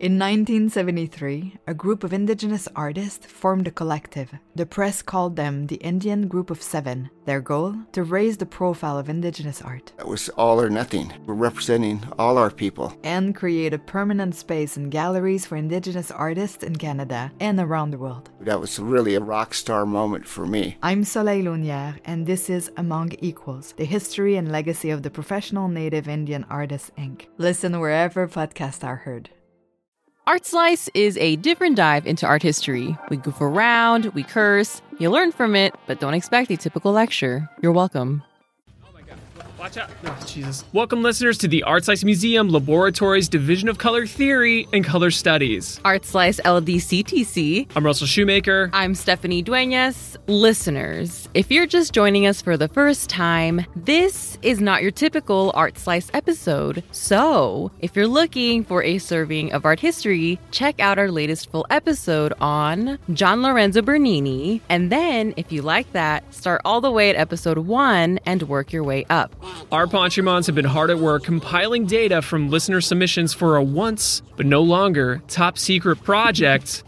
In 1973, a group of indigenous artists formed a collective. The press called them the Indian Group of Seven, their goal to raise the profile of indigenous art That was all or nothing. We're representing all our people. and create a permanent space in galleries for indigenous artists in Canada and around the world. That was really a rock star moment for me. I'm Soleil Lunière, and this is Among Equals, the history and legacy of the Professional Native Indian Artists, Inc. Listen wherever podcasts are heard. Art Slice is a different dive into art history. We goof around, we curse, you learn from it, but don't expect a typical lecture. You're welcome. Oh Watch out. Jesus. Welcome, listeners, to the Art Slice Museum Laboratories Division of Color Theory and Color Studies. Art Slice LDCTC. I'm Russell Shoemaker. I'm Stephanie Duenas. Listeners, if you're just joining us for the first time, this is not your typical Art Slice episode. So, if you're looking for a serving of art history, check out our latest full episode on John Lorenzo Bernini. And then, if you like that, start all the way at episode one and work your way up. Our Ponchimons have been hard at work compiling data from listener submissions for a once, but no longer, top secret project.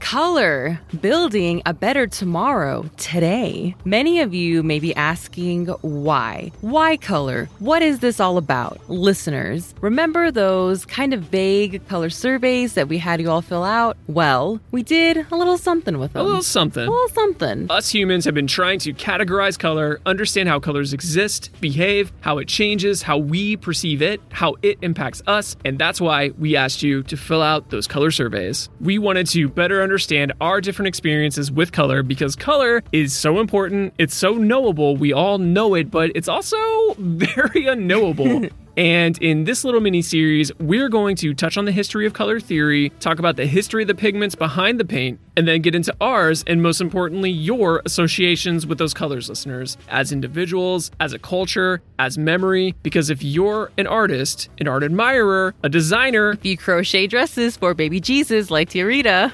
Color, building a better tomorrow today. Many of you may be asking why. Why color? What is this all about? Listeners, remember those kind of vague color surveys that we had you all fill out? Well, we did a little something with them. A little something. A little something. Us humans have been trying to categorize color, understand how colors exist, behave, how it changes, how we perceive it, how it impacts us, and that's why we asked you to fill out those color surveys. We wanted to better understand our different experiences with color because color is so important, it's so knowable, we all know it, but it's also very unknowable. And in this little mini series, we're going to touch on the history of color theory, talk about the history of the pigments behind the paint, and then get into ours and most importantly, your associations with those colors, listeners, as individuals, as a culture, as memory. Because if you're an artist, an art admirer, a designer, If you crochet dresses for baby Jesus like Tiarita,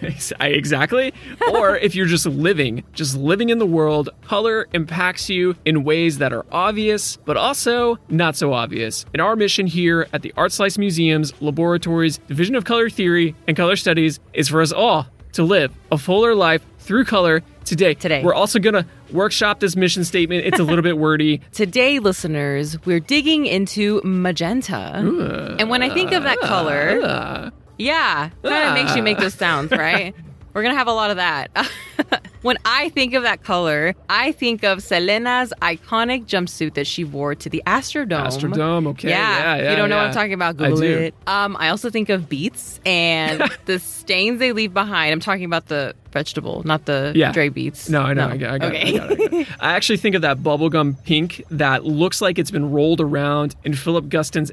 Ex- I- exactly. or if you're just living, just living in the world, color impacts you in ways that are obvious, but also not so obvious. And our mission here at the Art Slice Museum's Laboratories Division of Color Theory and Color Studies is for us all to live a fuller life through color today. Today. We're also going to workshop this mission statement. It's a little bit wordy. Today, listeners, we're digging into magenta. and when I think of Ah. that color, yeah, kind of makes you make those Ah. sounds, right? We're going to have a lot of that. when I think of that color, I think of Selena's iconic jumpsuit that she wore to the Astrodome. Astrodome, okay, yeah, if yeah, you don't know what yeah. I'm talking about, I Google do. it. Um, I also think of beets and the stains they leave behind. I'm talking about the vegetable, not the Yeah. dry beets. No, I know. I got, I got okay. it. I got it. I got it. I actually think of that bubblegum pink that looks like it's been rolled around in Philip Guston's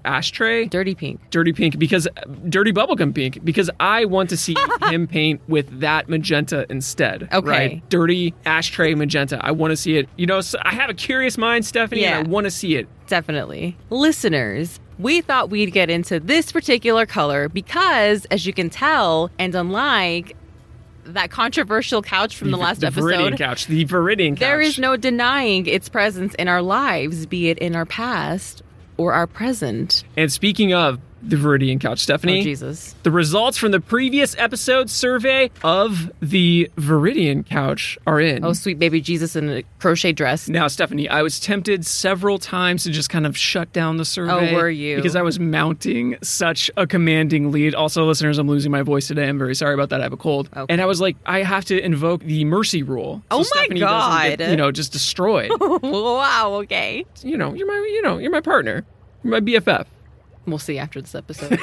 ashtray. Dirty pink. Dirty pink because dirty bubblegum pink because I want to see him paint with that magenta instead. Okay. Right? Dirty ashtray magenta. I want to see it. You know, so I have a curious mind, Stephanie, and I Yeah. want to see it. Definitely. Listeners, we thought we'd get into this particular color because, as you can tell, and unlike that controversial couch from the, last the Viridian episode, couch. The Viridian couch. there is no denying its presence in our lives, be it in our past or our present. And speaking of the Viridian couch, Stephanie. Oh, Jesus. The results from the previous episode survey of the Viridian couch are in. Oh, sweet baby Jesus in a crochet dress. Now, Stephanie, I was tempted several times to just kind of shut down the survey. Oh, were you? Because I was mounting such a commanding lead. Also, listeners, I'm losing my voice today. I'm very sorry about that. I have a cold. Okay. And I was like, I have to invoke the mercy rule. So Oh my Stephanie doesn't get, God. you know, just destroyed. wow, okay. you know, you're my, you know, you're my partner, you're my BFF. We'll see after this episode.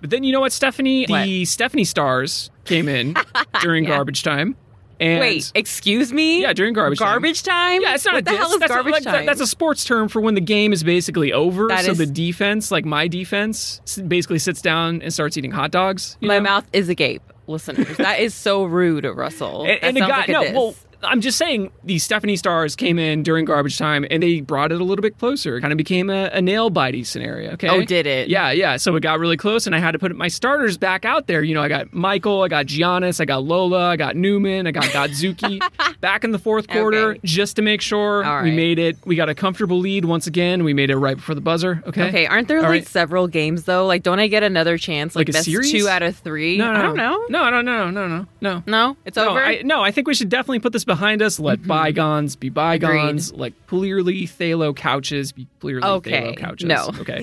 But then you know what, Stephanie? The What? Stephanie stars came in during garbage time. And Wait, excuse me? Yeah, during garbage time. Garbage time? Yeah, it's not what a the diss. hell is that's garbage a, like, that- time? that's a sports term for when the game is basically over. That so is- the defense, like my defense, s- basically sits down and starts eating hot dogs. you My know? mouth is agape, listeners. That is so rude, Russell. And, that and it sounds got like a no. diss. Well, I'm just saying the Stephanie Stars came in during garbage time and they brought it a little bit closer. It kind of became a, a nail bitey scenario. Okay. Oh, did it? Yeah, yeah. So it got really close and I had to put my starters back out there. You know, I got Michael, I got Giannis, I got Lola, I got Newman, I got Godzuki back in the fourth quarter Okay. just to make sure All we right. made it. We got a comfortable lead once again. We made it right before the buzzer. Okay. Okay, aren't there All like right. several games though? Like, don't I get another chance? Like, Like a best series? two out of three. No, no, I don't know. No, no, no, no, no, no. No, it's No, over. Mm-hmm. I, no, I think we should definitely put this behind us. Let bygones be bygones. Let clearly Thalo couches be clearly Okay, Thalo couches. no. Okay.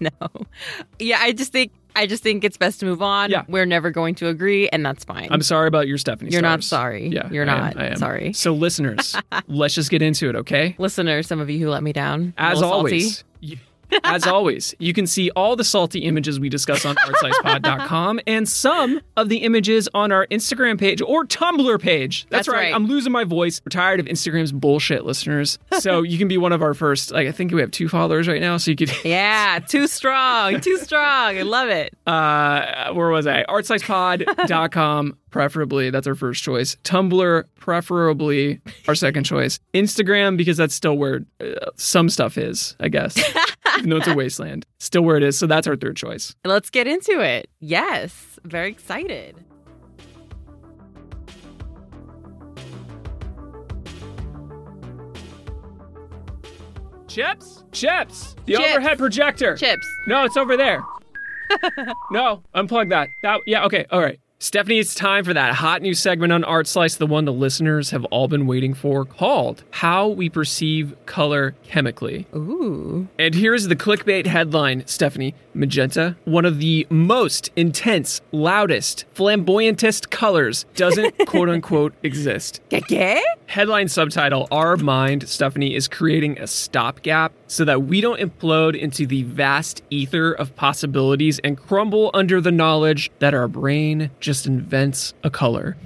no. Yeah, I just think I just think it's best to move on. Yeah. We're never going to agree, and that's fine. I'm sorry about your Stephanie You're not Stars. sorry. Yeah. You're I am, not I am. sorry. So, listeners, let's just get into it, okay? Listeners, some of you who let me down. a As little salty. always. you- As always, you can see all the salty images we discuss on artslicepod.com and some of the images on our Instagram page or Tumblr page. That's, That's right. I'm losing my voice. We're tired of Instagram's bullshit, listeners. So you can be one of our first. Like I think we have two followers right now, so you could Yeah, too strong, too strong. I love it. uh where was i artslicepod.com preferably that's our first choice tumblr preferably our second choice instagram because that's still where uh, some stuff is i guess even though it's a wasteland still where it is so that's our third choice Let's get into it. Yes, very excited. chips chips the Chips. overhead projector Chips. no it's over there no unplug that that yeah okay all right Stephanie, it's time for that hot new segment on Art Slice, the one the listeners have all been waiting for, called How We Perceive Color Chemically. Ooh. And here's the clickbait headline, Stephanie. Magenta, one of the most intense, loudest, flamboyantest colors, doesn't quote unquote exist. Keke? Headline subtitle Our mind, Stephanie, is creating a stopgap so that we don't implode into the vast ether of possibilities and crumble under the knowledge that our brain just invents a color.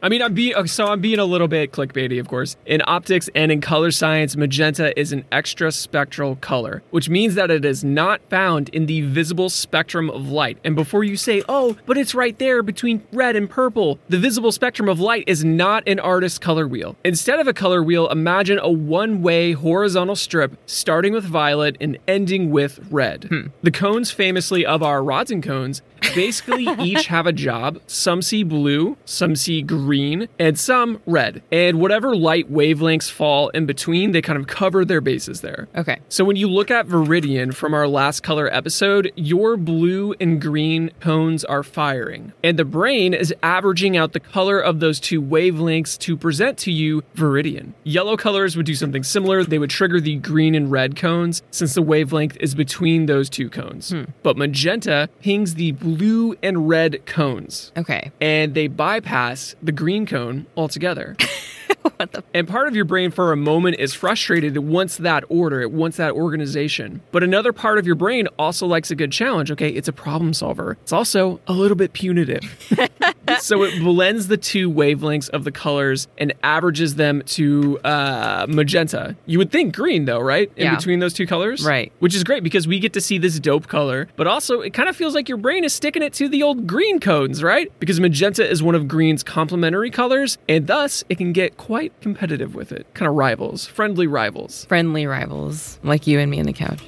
I mean, I'm being so I'm being a little bit clickbaity, of course. In optics and in color science, magenta is an extra spectral color, which means that it is not found in the visible spectrum of light. And before you say, "Oh, but it's right there between red and purple," the visible spectrum of light is not an artist's color wheel. Instead of a color wheel, imagine a one-way horizontal strip starting with violet and ending with red. The cones, famously of our rods and cones, basically each have a job. Some see blue, some see green, and some red. And whatever light wavelengths fall in between, they kind of cover their bases there. Okay. So when you look at Viridian from our last color episode, your blue and green tones are firing, and the brain is averaging out the color of those two wavelengths to present to you Viridian. Yellow colors would do something similar. They would trigger the green and red cones since the wavelength is between those two cones. But magenta pings the blue and red cones. Okay. And they bypass the green cone altogether. And part of your brain for a moment is frustrated. It wants that order, it wants that organization. But another part of your brain also likes a good challenge. Okay, it's a problem solver. It's also a little bit punitive. so it blends the two wavelengths of the colors and averages them to uh, magenta. You would think green, though, right? In Yeah. between those two colors? Right. Which is great because we get to see this dope color, but also it kind of feels like your brain is sticking it to the old green cones, right? Because magenta is one of green's complementary colors, and thus it can get quite competitive with it. Kind of rivals, friendly rivals. Friendly rivals, like you and me on the couch.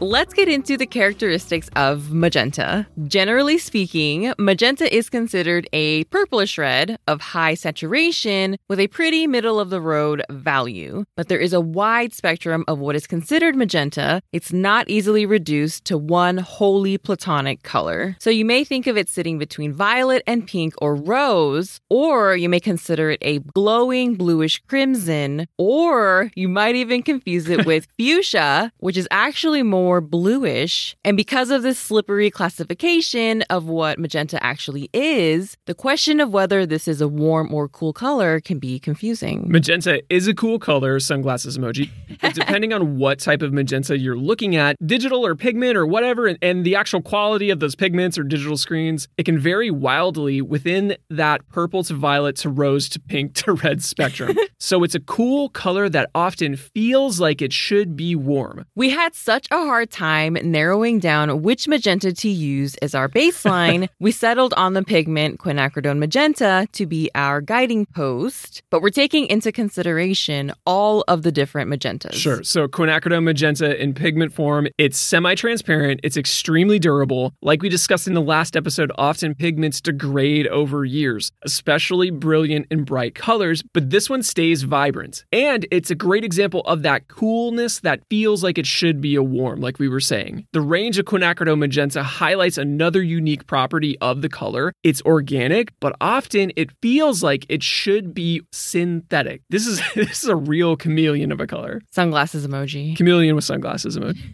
Let's get into the characteristics of magenta. Generally speaking, magenta is considered a purplish red of high saturation with a pretty middle of the road value. But there is a wide spectrum of what is considered magenta. It's not easily reduced to one wholly platonic color. So you may think of it sitting between violet and pink or rose, or you may consider it a glowing bluish crimson, or you might even confuse it with fuchsia, which is actually more bluish. And because of this slippery classification of what magenta actually is, the question of whether this is a warm or cool color can be confusing. Magenta is a cool color, sunglasses emoji. But depending on what type of magenta you're looking at, digital or pigment or whatever, and, and the actual quality of those pigments or digital screens, it can vary wildly within that purple to violet to rose to pink to red spectrum. so it's a cool color that often feels like it should be warm. We had such a hard hard time narrowing down which magenta to use as our baseline, we settled on the pigment quinacridone magenta to be our guiding post, but we're taking into consideration all of the different magentas. Sure. So quinacridone magenta in pigment form, it's semi-transparent, it's extremely durable. Like we discussed in the last episode, often pigments degrade over years, especially brilliant and bright colors, but this one stays vibrant. And it's a great example of that coolness that feels like it should be a warm, like we were saying. The range of quinacridone magenta highlights another unique property of the color. It's organic, but often it feels like it should be synthetic. This is this is a real chameleon of a color. Sunglasses emoji. Chameleon with sunglasses emoji.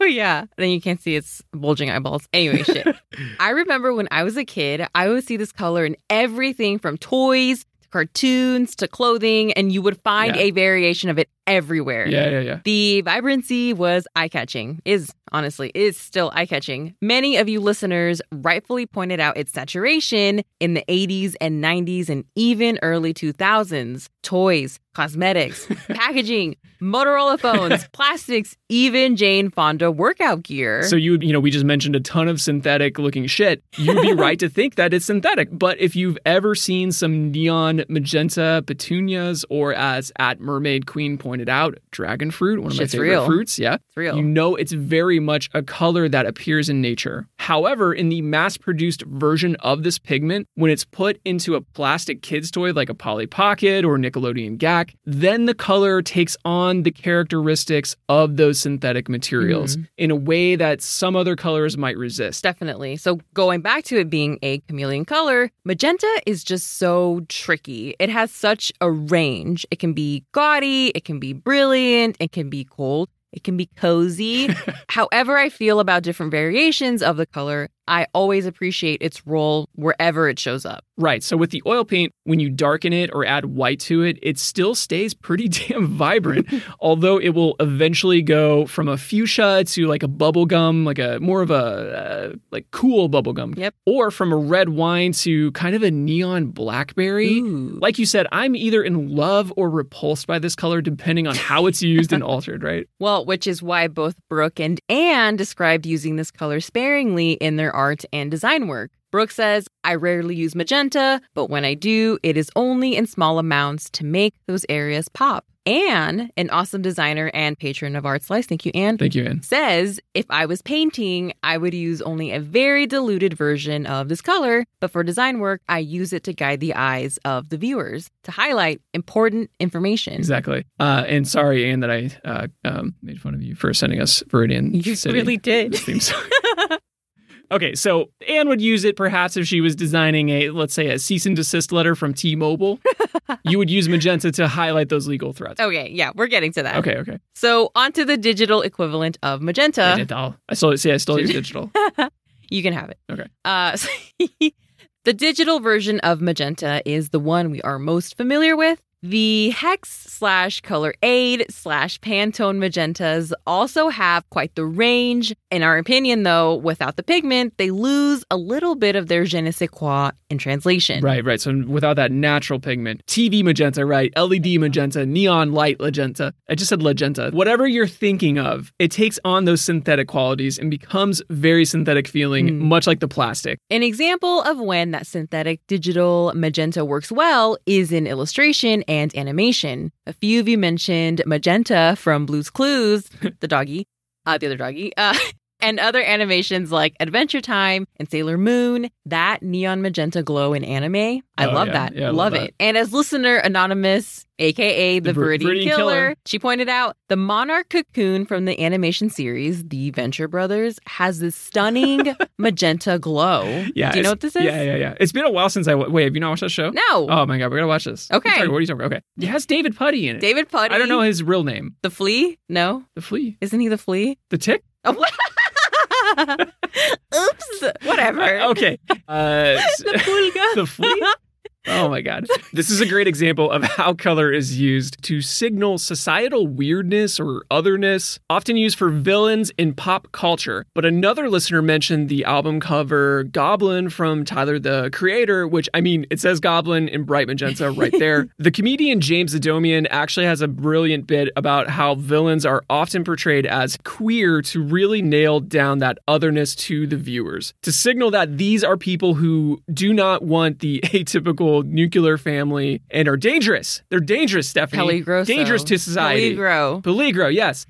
Oh, yeah. Then you can't see its bulging eyeballs. Anyway, shit. I remember when I was a kid, I would see this color in everything from toys to cartoons to clothing, and you would find Yeah. a variation of it everywhere. Yeah, yeah, yeah. The vibrancy was eye catching, is honestly, is still eye catching. Many of you listeners rightfully pointed out its saturation in the 80s and 90s and even early 2000s. Toys, cosmetics, packaging, Motorola phones, plastics, even Jane Fonda workout gear. So you would- you know, we just mentioned a ton of synthetic looking shit. You'd be right to think that it's synthetic, but if you've ever seen some neon magenta petunias or as at Mermaid Queen pointed out, dragon fruit, one of Shit's my favorite real. fruits, yeah. it's real. You know, it's very much a color that appears in nature. However, in the mass produced version of this pigment, when it's put into a plastic kid's toy like a Polly Pocket or Nickelodeon Gak, then the color takes on the characteristics of those synthetic materials in a way that some other colors might resist. Definitely. So, going back to it being a chameleon color, magenta is just so tricky. It has such a range. It can be gaudy, it can be brilliant, it can be cold, it can be cozy. However, I feel about different variations of the color, I always appreciate its role wherever it shows up. Right. So with the oil paint, when you darken it or add white to it, it still stays pretty damn vibrant, although it will eventually go from a fuchsia to like a bubblegum, like a more of a uh, like cool bubblegum. Yep. Or from a red wine to kind of a neon blackberry. Ooh. Like you said, I'm either in love or repulsed by this color depending on how it's used and altered, right? Well, which is why both Brooke and Anne described using this color sparingly in their art and design work. Brooke says, I rarely use magenta, but when I do, it is only in small amounts to make those areas pop. Anne, an awesome designer and patron of Art Slice, thank you, Anne, Thank you, Anne. says, if I was painting, I would use only a very diluted version of this color, but for design work, I use it to guide the eyes of the viewers to highlight important information. Exactly. Uh, and sorry, Anne, that I uh, um, made fun of you for sending us Viridian You City. really did. this theme song. okay, so Anne would use it perhaps if she was designing a, let's say, a cease and desist letter from T Mobile. you would use magenta to highlight those legal threats. Okay, Oh, yeah, we're getting to that. Okay, okay. So, onto the digital equivalent of I magenta. did all. I still see. I still use digital. You can have it. Okay. Uh, so the digital version of magenta is the one we are most familiar with. The hex slash color aid slash Pantone magentas also have quite the range. In our opinion, though, without the pigment, they lose a little bit of their je ne sais quoi in translation. right, right. So without that natural pigment, TV magenta, right? LED magenta, neon light magenta. I just said magenta. Whatever you're thinking of, it takes on those synthetic qualities and becomes very synthetic feeling, Mm. much like the plastic. An example of when that synthetic digital magenta works well is in illustration and animation. A few of you mentioned Magenta from Blue's Clues, the doggy, uh, the other doggy, uh, and other animations like Adventure Time and Sailor Moon. That neon magenta glow in anime, I Oh, love yeah. that. Yeah, I love, love it. that. And as listener Anonymous, aka the, The Vir- Viridian, Viridian killer, Killer. she pointed out the monarch cocoon from the animation series The Venture Brothers has this stunning magenta glow. Yeah. Do you know it's- what this is? Yeah, yeah, yeah. It's been a while since I. wa- Wait, have you not watched that show? No. Oh my god, we gotta watch this. Okay. I'm sorry, what are you talking about? Okay. It has David Putty in it. David Putty. I don't know his real name. The flea? No. The flea. Isn't he the flea? The tick? Oh, what? Oops. Whatever. Uh, okay. Uh, The pulga. the flea? Oh my God. This is a great example of how color is used to signal societal weirdness or otherness, often used for villains in pop culture. But another listener mentioned the album cover Goblin from Tyler the Creator, which I mean, it says Goblin in bright magenta right there. the comedian James Adomian actually has a brilliant bit about how villains are often portrayed as queer to really nail down that otherness to the viewers, to signal that these are people who do not want the atypical nuclear family and are dangerous. They're dangerous, Stephanie. Peligro. Dangerous to society. Peligro. Peligro, yes.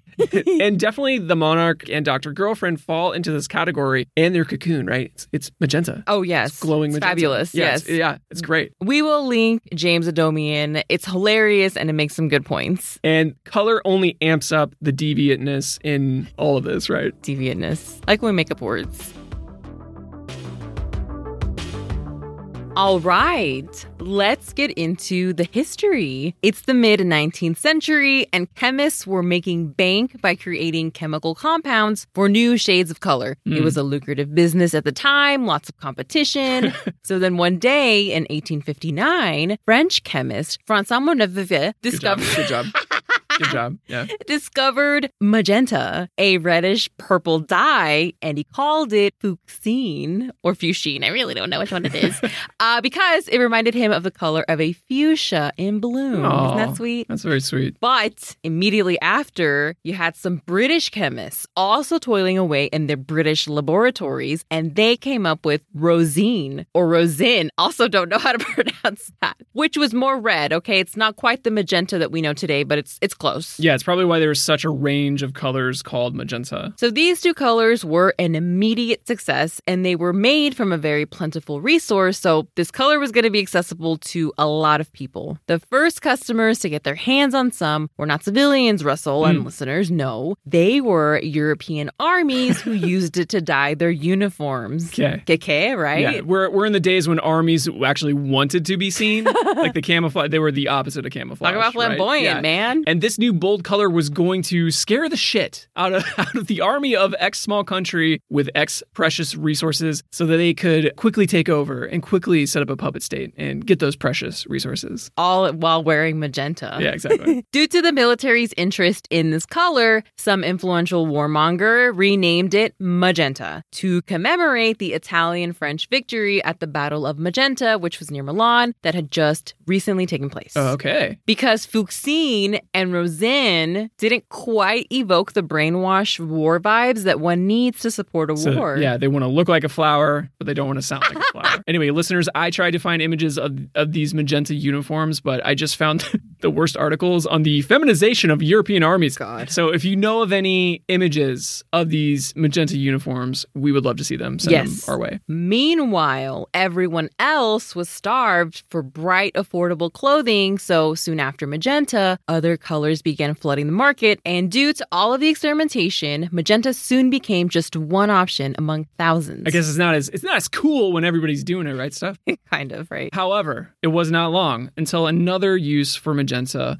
and definitely the monarch and Dr. Girlfriend fall into this category and their cocoon, right? It's, it's magenta. Oh yes, Glowing It's magenta. fabulous. Yeah, Yes, it's- Yeah, it's great. we will link James Adomian. It's hilarious and it makes some good points. And color only amps up the deviantness in all of this, right? Deviantness, like when we make up words. All right, let's get into the history. It's the mid 19th century, and chemists were making bank by creating chemical compounds for new shades of color. Hmm. It was a lucrative business at the time, lots of competition. so then one day in 1859, French chemist Francois Monavive Good job. discovered Good job. Good job. Yeah. discovered magenta, a reddish purple dye, and he called it fuchsine or fuchsine. I really don't know which one it is uh, because it reminded him of the color of a fuchsia in bloom. Aw. Isn't that sweet? That's very sweet. But immediately after, you had some British chemists also toiling away in their British laboratories, and they came up with rosine or rosin. Also, don't know how to pronounce that, which was more red. Okay, it's not quite the magenta that we know today, but it's it's close. Yeah, it's probably why there's such a range of colors called magenta. So these two colors were an immediate success and they were made from a very plentiful resource. So this color was going to be accessible to a lot of people. The first customers to get their hands on some were not civilians, Russell and listeners. No, they were European armies who used it to dye their uniforms. Okay. Okay, Yeah, right? we're, we're in the days when armies actually wanted to be seen. like the camouflage, they were the opposite of camouflage. Talk about right? flamboyant, Yeah. man. And this new bold color was going to scare the shit out of, out of the army of X small country with X precious resources so that they could quickly take over and quickly set up a puppet state and get those precious resources. All while wearing magenta. Yeah, exactly. Due to the military's interest in this color, some influential warmonger renamed it magenta to commemorate the Italian French victory at the Battle of Magenta, which was near Milan, that had just recently taken place. Oh, okay. Because Fuchsine and Rosin didn't quite evoke the brainwash war vibes that one needs to support a So, war. yeah, they want to look like a flower, but they don't want to sound like a flower. Anyway, listeners, I tried to find images of, of these magenta uniforms, but I just found the worst articles on the feminization of European armies. God. So if you know of any images of these magenta uniforms, we would love to see them. Send Yes. them our way. Meanwhile, everyone else was starved for bright, affordable clothing, so soon after magenta, other colors began flooding the market, and due to all of the experimentation, magenta soon became just one option among thousands. I guess it's not as it's not as cool when everybody's doing it, right, Steph? kind of, right? However, it was not long until another use for magenta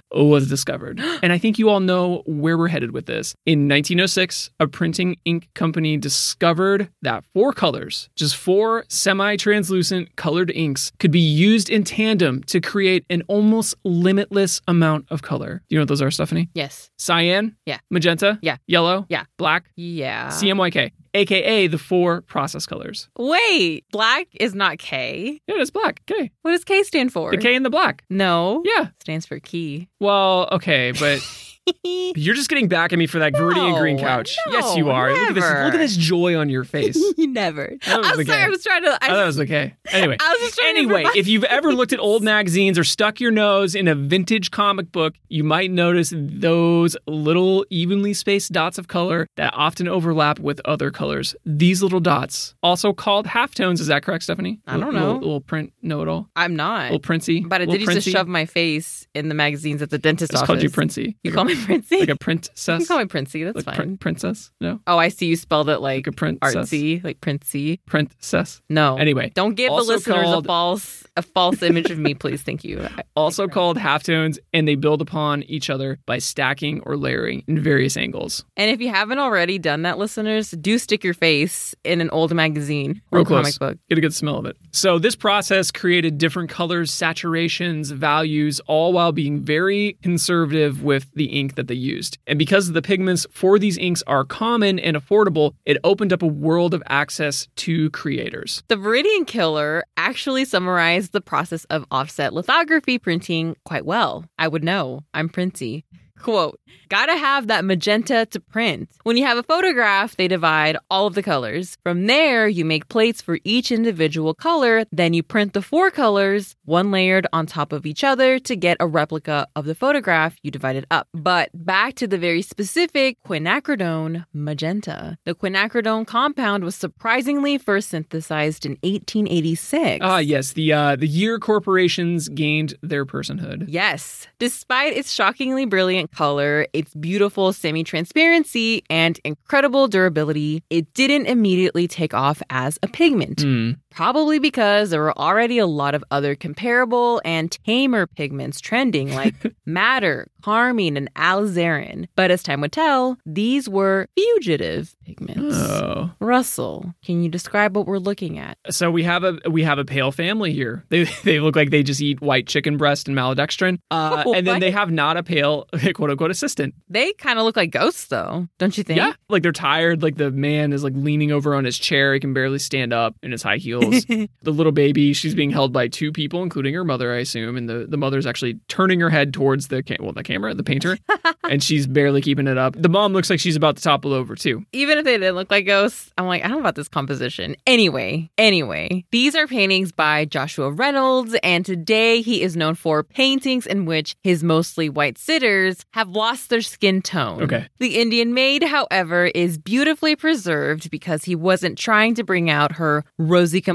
was discovered. And I think you all know where we're headed with this. In 1906, a printing ink company discovered that four colors, just four semi translucent colored inks, could be used in tandem to create an almost limitless amount of color. Do you know what those are, Stephanie? Yes. Cyan? Yeah. Magenta? Yeah. Yellow? Yeah. Uh. Black? Yeah. CMYK, aka the four process colors. Wait, black is not K. Yeah, it's black. K. What does K stand for? The K in the black. No. Yeah. Stands for key. Well, okay, but You're just getting back at me for that Viridian No, green couch. no, yes, you are. Look at this. never. Look at this joy on your face. you never. That was I'm the sorry, K. I was trying to. I I, thought it was okay. Anyway, I was just trying to anyway, provide- if you've ever looked at old magazines or stuck your nose in a vintage comic book, you might notice those little evenly spaced dots of color that often overlap with other colors. These little dots, also called halftones, is that correct, Stephanie? I don't Little- know. Little, little print know-it-all, I'm not. little princy. But I Little did used to princy? shove my face in the magazines at the dentist I just office. called you Princy. You call me me Princey. Like a you can princess? call me Princey. That's like fine. prin- princess? No? oh, I see you spelled it like, Like a princess? artsy, like Princey. Princess? No. Anyway, don't give the also listeners called- a false a false image of me, please. Thank you. I- Also called halftones, and they build upon each other by stacking or layering in various angles. And if you haven't already done that, listeners, do stick your face in an old magazine or Real comic close. book. Get a good smell of it. So, this process created different colors, saturations, values, all while being very conservative with the ink that they used. And because the pigments for these inks are common and affordable, it opened up a world of access to creators. The Viridian Killer actually summarized the process of offset lithography printing quite well. I would know. I'm Princy. Quote, gotta have that magenta to print. When you have a photograph, they divide all of the colors. From there, you make plates for each individual color, then you print the four colors, one layered on top of each other to get a replica of the photograph you divided up. But back to the very specific quinacridone magenta. The quinacridone compound was surprisingly first synthesized in 1886. Ah, yes, the uh, the year corporations gained their personhood. Yes. Despite its shockingly brilliant color, its beautiful semi transparency, and incredible durability, it didn't immediately take off as a pigment. Hmm. Probably because there were already a lot of other comparable and tamer pigments trending, like madder, carmine, and alizarin. But as time would tell, these were fugitive pigments. Oh. Russell, can you describe what we're looking at? So we have a we have a pale family here. They they look like they just eat white chicken breast and maltodextrin, uh, Oh, and then what? they have not a pale quote unquote assistant. They kind of look like ghosts, though, don't you think? Yeah, like they're tired. Like the man is like leaning over on his chair. He can barely stand up in his high heels. the little baby, she's being held by two people, including her mother, I assume. And the the mother's actually turning her head towards the ca- well the camera, the painter, and she's barely keeping it up. The mom looks like she's about to topple over too. even if they didn't look like ghosts, I'm like, I don't know about this composition. Anyway, anyway, these are paintings by Joshua Reynolds, and today he is known for paintings in which his mostly white sitters have lost their skin tone. Okay. The Indian maid, however, is beautifully preserved because he wasn't trying to bring out her rosy complexion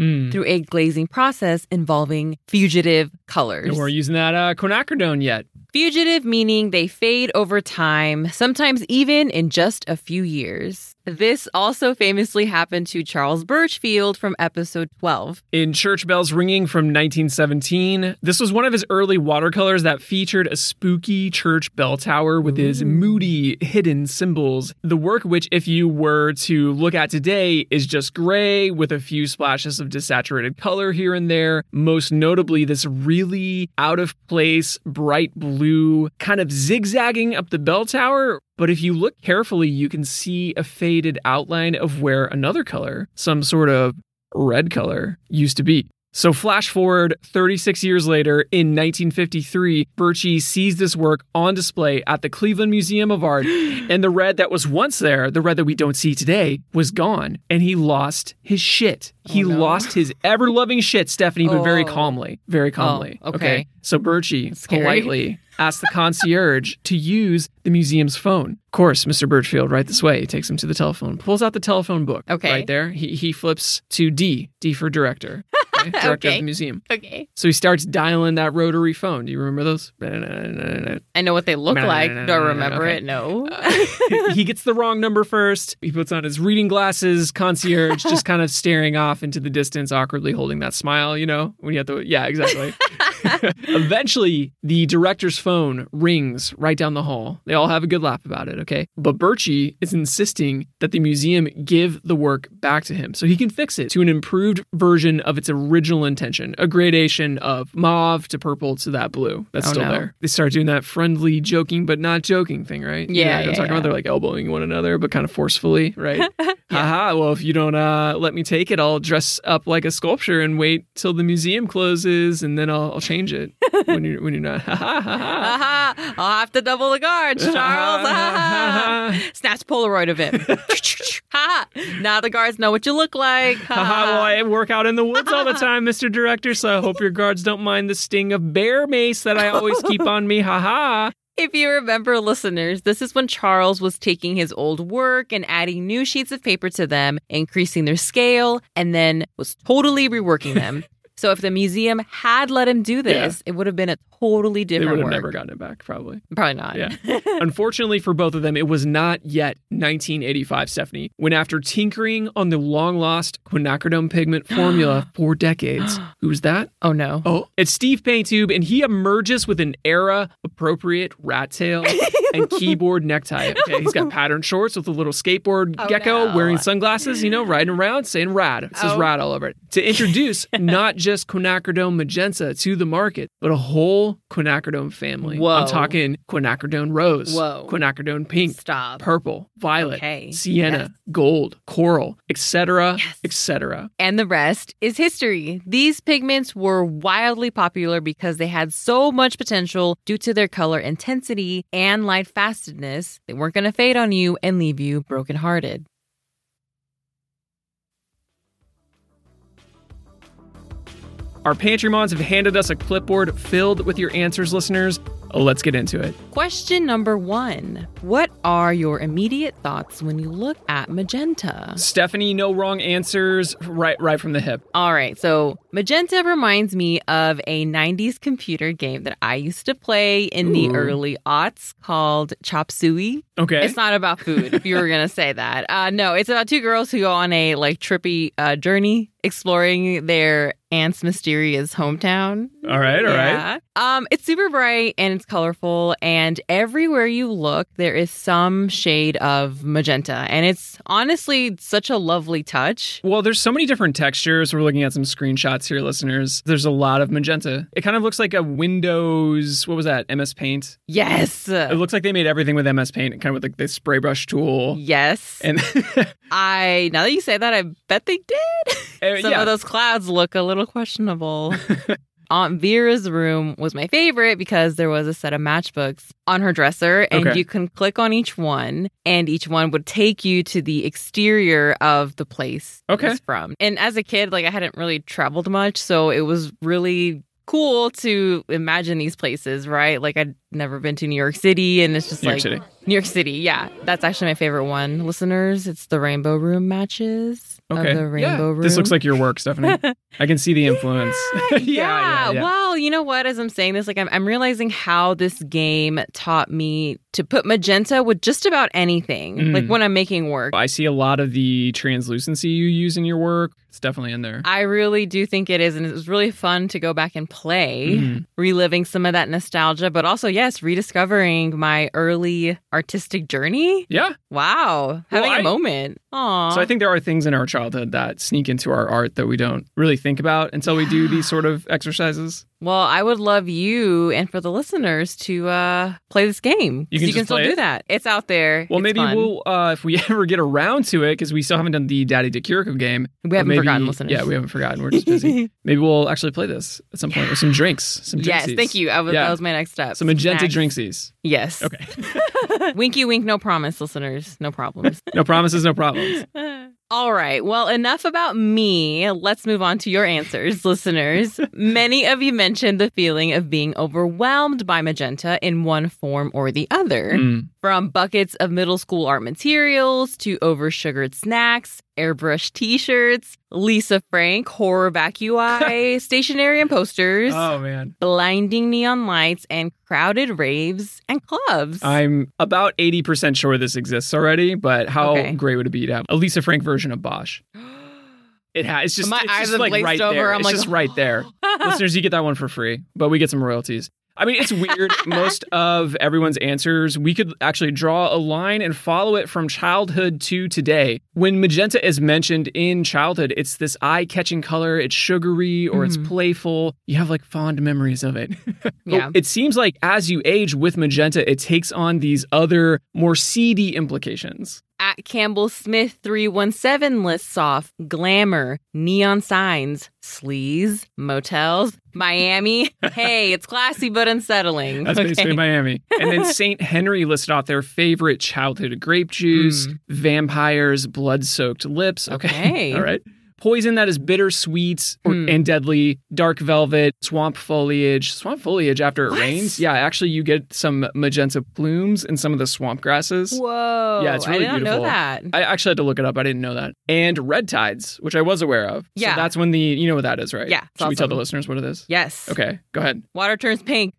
Hmm. through a glazing process involving fugitive colors. And we're using that uh, quinacridone yet. Fugitive meaning they fade over time, sometimes even in just a few years. This also famously happened to Charles Birchfield from episode 12. In Church Bells Ringing from 1917, this was one of his early watercolors that featured a spooky church bell tower with his moody, hidden symbols. The work, which, if you were to look at today, is just gray with a few splashes of desaturated color here and there. Most notably, this really out of place, bright blue, kind of zigzagging up the bell tower, but if you look carefully, you can see a faded outline of where another color, some sort of red color, used to be. So, flash forward 36 years later, in 1953, Birchie sees this work on display at the Cleveland Museum of Art, and the red that was once there, the red that we don't see today, was gone, and he lost his shit. He Oh, no. lost his ever loving shit, Stephanie, but very Oh. calmly. Very calmly. okay. So, Birchie scary. politely asked the concierge to use the museum's phone. Of course, Mr. Birchfield, right this way, takes him to the telephone, pulls out the telephone book. Okay. Right there. He, he flips to D, D for director. Okay? Director of Okay. the museum. Okay. So he starts dialing that rotary phone. Do you remember those? he I know what they look No, no, no, like. no, no, Don't no, remember okay. Uh, it. No. gets the wrong number first. He puts on his reading glasses, concierge, just kind of staring off into the distance, awkwardly holding that smile, you know? When you have to, yeah, exactly. Eventually, the director's phone rings right down the hall. They all have a good laugh about it, okay? But Birchie is insisting that the museum give the work back to him so he can fix it to an improved version of its original intention, a gradation of mauve to purple to that blue that's Oh, still no. there. They start doing that friendly, joking but not joking thing, right? You Yeah, know what I'm yeah, talking yeah. about they're like elbowing one another, but kind of forcefully, right? Haha, well, if you don't uh, let me take it, I'll dress up like a sculpture and wait till the museum closes, and then I'll, I'll change it when you're when you're not. Ha ha ha ha. Aha, I'll have to double the guards, Charles. Aha. Snatch Polaroid of him. ha! Now the guards know what you look like. Ha Haha, well, ha. I work out in the woods all the time, Mr. Director, so I hope your guards don't mind the sting of bear mace that I always keep on me. Haha. If you remember, listeners, this is when Charles was taking his old work and adding new sheets of paper to them, increasing their scale, and then was totally reworking them. so if the museum had let him do this, it would have been a totally They different would have work. never gotten it back, probably. Probably not. Yeah. Unfortunately for both of them, it was not yet 1985, Stephanie, when after tinkering on the long lost quinacridone pigment formula for decades, who's that? oh no. Oh, it's Steve Paintube, and he emerges with an era appropriate rat tail and keyboard necktie. Okay, he's got patterned shorts with a little skateboard Oh, gecko no. wearing sunglasses, you know, riding around saying rad. It says Oh. rad all over it. To introduce not just quinacridone magenta to the market, but a whole quinacridone family. Whoa. I'm talking quinacridone rose, Whoa. quinacridone pink, Stop. purple, violet, Okay. sienna, Yes. gold, coral, etc., Yes. etc. and the rest is history. These pigments were wildly popular because they had so much potential due to their color intensity and light fastedness. They weren't going to fade on you and leave you brokenhearted. Our pantry moms have handed us a clipboard filled with your answers, listeners. Let's get into it. Question number one What are your immediate thoughts when you look at magenta? Stephanie, no wrong answers, right right from the hip. All right, so Magenta reminds me of a 90s computer game that I used to play in the Ooh. early aughts called Chop Suey. Okay. It's not about food, if you were going to say that. Uh, no, it's about two girls who go on a like trippy uh, journey exploring their aunt's mysterious hometown. all right, all right. Yeah. Um, it's super bright and it's colorful, and everywhere you look, there is some shade of magenta, and it's honestly such a lovely touch. Well, there's so many different textures. We're looking at some screenshots here, listeners. There's a lot of magenta. It kind of looks like a Windows, what was that, MS Paint? Yes. It looks like they made everything with MS Paint, kind of with like the spray brush tool. Yes. And I now that you say that, I bet they did. Uh, Some yeah. of those clouds look a little questionable. Aunt Vera's room was my favorite because there was a set of matchbooks on her dresser, and Okay. you can click on each one, and each one would take you to the exterior of the place it Okay. was from. And as a kid, like I hadn't really traveled much, so it was really cool to imagine these places, right? Like I'd never been to New York City, and it's just New York like City. New York City, yeah. That's actually my favorite one. Listeners, it's the Rainbow Room matches. of okay. the Rainbow yeah. Room. This looks like your work, Stephanie. I can see the influence. Yeah, yeah, Well, you know what? As I'm saying this, like I'm, I'm realizing how this game taught me to put magenta with just about anything. Mm. Like when I'm making work. I see a lot of the translucency you use in your work. It's definitely in there. I really do think it is, and it was really fun to go back and play, Mhm. reliving some of that nostalgia, but also, yes, rediscovering my early artistic journey. yeah. Wow, having a I- moment. Aww. So I think there are things in our childhood that sneak into our art that we don't really think about until we do these sort of exercises. Well, I would love you and for the listeners to uh, play this game. You 'Cause you can can just still play do it? that. It's out there. Well, It's maybe fun. we'll, uh, if we ever get around to it, because we still haven't done the Daddy DeCurico game. we haven't but maybe- forgotten listeners. Yeah, we haven't forgotten. We're just busy. maybe we'll actually play this at some point with some drinks. Some yes, drinksies. thank you. I was, Yeah. That was my next step. Some magenta Snacks. drinksies. Yes. Okay. Winky wink, no promise, listeners. No problems. No promises, no problems. All right. Well, enough about me. Let's move on to your answers, listeners. Many of you mentioned the feeling of being overwhelmed by magenta in one form or the other. Mm. From buckets of middle school art materials to oversugared snacks, airbrush t shirts, Lisa Frank horror vacui, stationery and posters, Oh, man. blinding neon lights, and crowded raves and clubs. I'm about 80% sure this exists already, but how Okay. great would it be to have a Lisa Frank version of Bosch? It has. It's just, My it's eyes just have like glazed right over. there. I'm it's like, just right there. Listeners, you get that one for free, but we get some royalties. I mean, it's weird. Most of everyone's answers, we could actually draw a line and follow it from childhood to today. When magenta is mentioned in childhood, it's this eye catching color. It's sugary or it's Mhm. playful. You have like fond memories of it. But Yeah. It seems like as you age with magenta, it takes on these other more seedy implications. At Campbell Smith 317 lists off glamour, neon signs, sleaze, motels, Miami. hey, it's classy but unsettling. That's basically Okay. Miami. And then St. Henry listed off their favorite childhood grape juice, vampires, blood soaked lips. Okay. Hmm. Okay. All right. Poison that is bittersweet or, Hmm. and deadly, dark velvet, swamp foliage. Swamp foliage after it What? rains. Yeah, actually, you get some magenta plumes in some of the swamp grasses. Whoa. Yeah, it's really I didn't know beautiful. that. I actually had to look it up. I didn't know that. And red tides, which I was aware of. Yeah. So that's when the you know what that is, right? Yeah, it's Should we tell awesome. the listeners what it is? Yes. Okay, go ahead. Water turns pink.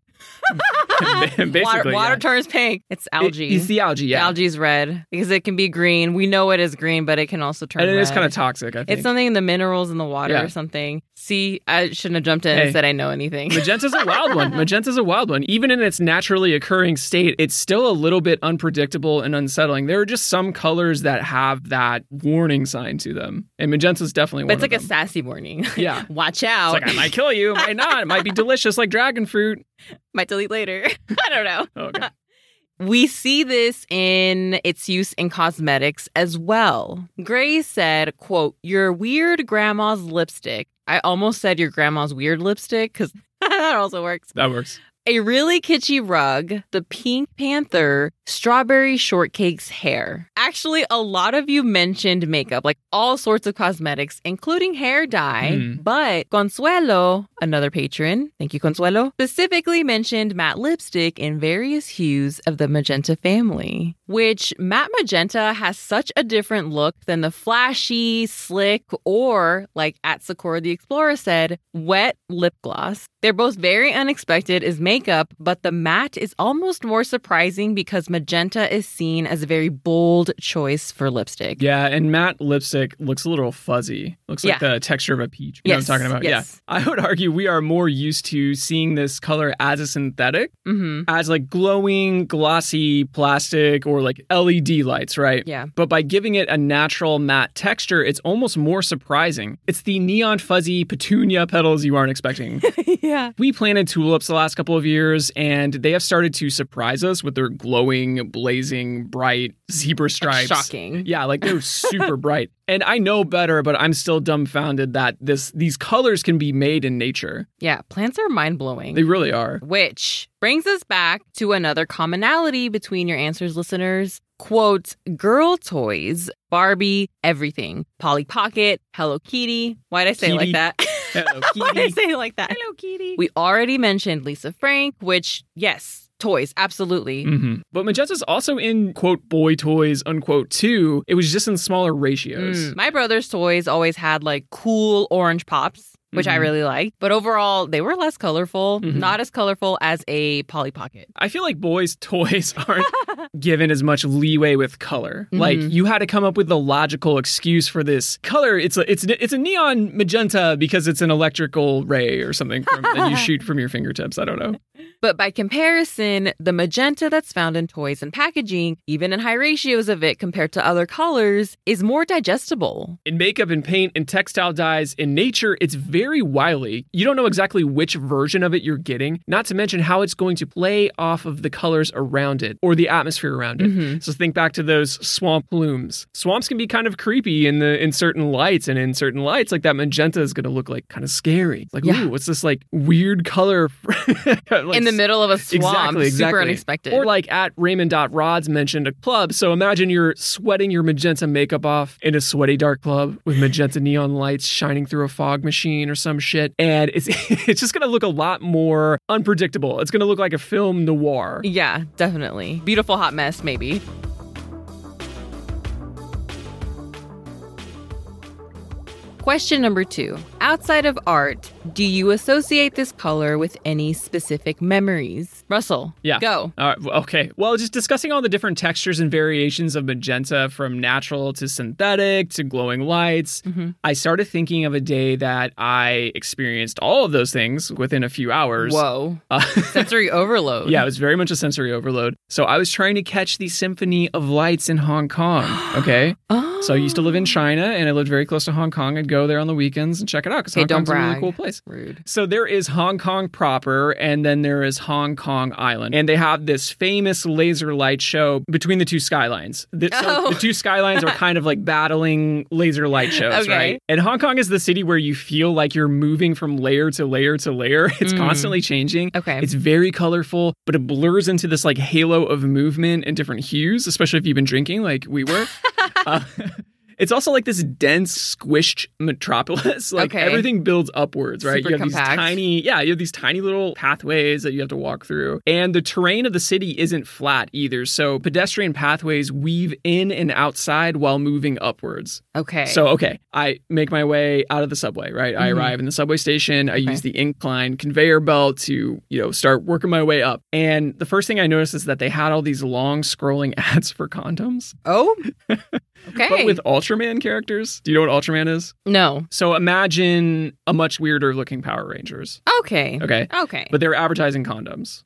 Basically, water, water yeah. turns pink. It's It- algae. it's the algae, yeah. Algae's red because it can be green. We know it is green, but it can also turn and red. it is kind of toxic, I think. It's something in the minerals in the water Yeah. or something. See, I shouldn't have jumped in Hey. and said I know anything. Magenta's a wild one. Magenta's a wild one. Even in its naturally occurring state, it's still a little bit unpredictable and unsettling. There are just some colors that have that warning sign to them. And magenta's definitely But one it's of like a them. sassy warning. Yeah. Watch out. It's like I might kill you, might not. It might be delicious like dragon fruit. Oh, Might delete later. I don't know. Okay. We see this in its use in cosmetics as well. Gray said, quote, your weird grandma's lipstick. I almost said your grandma's weird lipstick because that also works. That works. A really kitschy rug, the Pink Panther, strawberry shortcake's hair. Actually, a lot of you mentioned makeup, like all sorts of cosmetics, including hair dye. Hmm. But Consuelo, another patron, thank you, Consuelo, specifically mentioned matte lipstick in various hues of the magenta family, which matte magenta has such a different look than the flashy, slick, or, like at Sakura the Explorer said, wet lip gloss. They're both very unexpected as makeup, but the matte is almost more surprising because magenta is seen as a very bold choice for lipstick. Yeah, and matte lipstick looks a little fuzzy. Looks like Yeah. the texture of a peach. You know Yes, what I'm talking about? yes. Yeah. I would argue we are more used to seeing this color as a synthetic, Mm-hmm. as like glowing, glossy plastic or like LED lights, right? Yeah. But by giving it a natural matte texture, it's almost more surprising. It's the neon fuzzy petunia petals you aren't expecting. yeah. we planted tulips the last couple of years, and they have started to surprise us with their glowing, blazing, bright zebra stripes. Shocking. Yeah, like they're super bright. And I know better, but I'm still dumbfounded that this these colors can be made in nature. Yeah, plants are mind blowing. They really are. Which brings us back to another commonality between your answers, listeners. Quote, girl toys, Barbie, everything. Polly Pocket, Hello Kitty. Why'd I say it like Kitty. that? Hello, Why'd I kitty. say it like that? Hello, kitty. We already mentioned Lisa Frank, which, yes, toys, absolutely. hmm But Magenta's also in quote boy toys unquote too. It was just in smaller ratios. Mm. My brother's toys always had like cool orange pops, which I Mhm. really liked. But overall, they were less colorful, Mhm. not as colorful as a Polly Pocket. I feel like boys' toys aren't given as much leeway with color. Like Mhm. you had to come up with a logical excuse for this color. It's a it's it's a neon magenta because it's an electrical ray or something from, that you shoot from your fingertips. I don't know. But by comparison, the magenta that's found in toys and packaging, even in high ratios of it compared to other colors, is more digestible. In makeup and paint and textile dyes, in nature, it's very wily. You don't know exactly which version of it you're getting, not to mention how it's going to play off of the colors around it or the atmosphere around it. Mm-hmm. So think back to those swamp plumes. Swamps can be kind of creepy in the in certain lights, and in certain lights, like that magenta is going to look like kind of scary. Like, Yeah. ooh, what's this like weird color in the middle of a swamp, Exactly, exactly. super unexpected. Or like at Raymond Dot Rods mentioned a club. So imagine you're sweating your magenta makeup off in a sweaty dark club with magenta neon lights shining through a fog machine or some shit, and it's it's just gonna look a lot more unpredictable. It's gonna look like a film noir. yeah, definitely. Beautiful hot mess, maybe. Question number two. Outside of art, do you associate this color with any specific memories? Russell, Yeah. go. All right. w- Okay. Well, just discussing all the different textures and variations of magenta from natural to synthetic to glowing lights, Mhm. I started thinking of a day that I experienced all of those things within a few hours. Whoa. Uh, Sensory overload. Yeah, it was very much a sensory overload. So I was trying to catch the Symphony of Lights in Hong Kong. Okay. Oh. So I used to live in China and I lived very close to Hong Kong. I'd go there on the weekends and check it out because Hey, Hong don't Kong's a really brag. cool place. Rude. So there is Hong Kong proper, and then there is Hong Kong Island, and they have this famous laser light show between the two skylines. The, so Oh. the two skylines are kind of like battling laser light shows, Okay. right? And Hong Kong is the city where you feel like you're moving from layer to layer to layer. It's Mm. constantly changing. Okay. It's very colorful, but it blurs into this like halo of movement and different hues, especially if you've been drinking like we were. Uh, It's also like this dense, squished metropolis. like Okay. everything builds upwards, right? Super you have compact. these tiny, yeah, you have these tiny little pathways that you have to walk through. And the terrain of the city isn't flat either. So pedestrian pathways weave in and outside while moving upwards. Okay. So, okay, I make my way out of the subway, right? I Mhm. arrive in the subway station. I Okay. use the incline conveyor belt to, you know, start working my way up. And the first thing I noticed is that they had all these long scrolling ads for condoms, oh. Okay. but with Ultraman characters. Do you know what Ultraman is? no. So imagine a much weirder looking Power Rangers. Okay. Okay. Okay. But they were advertising condoms,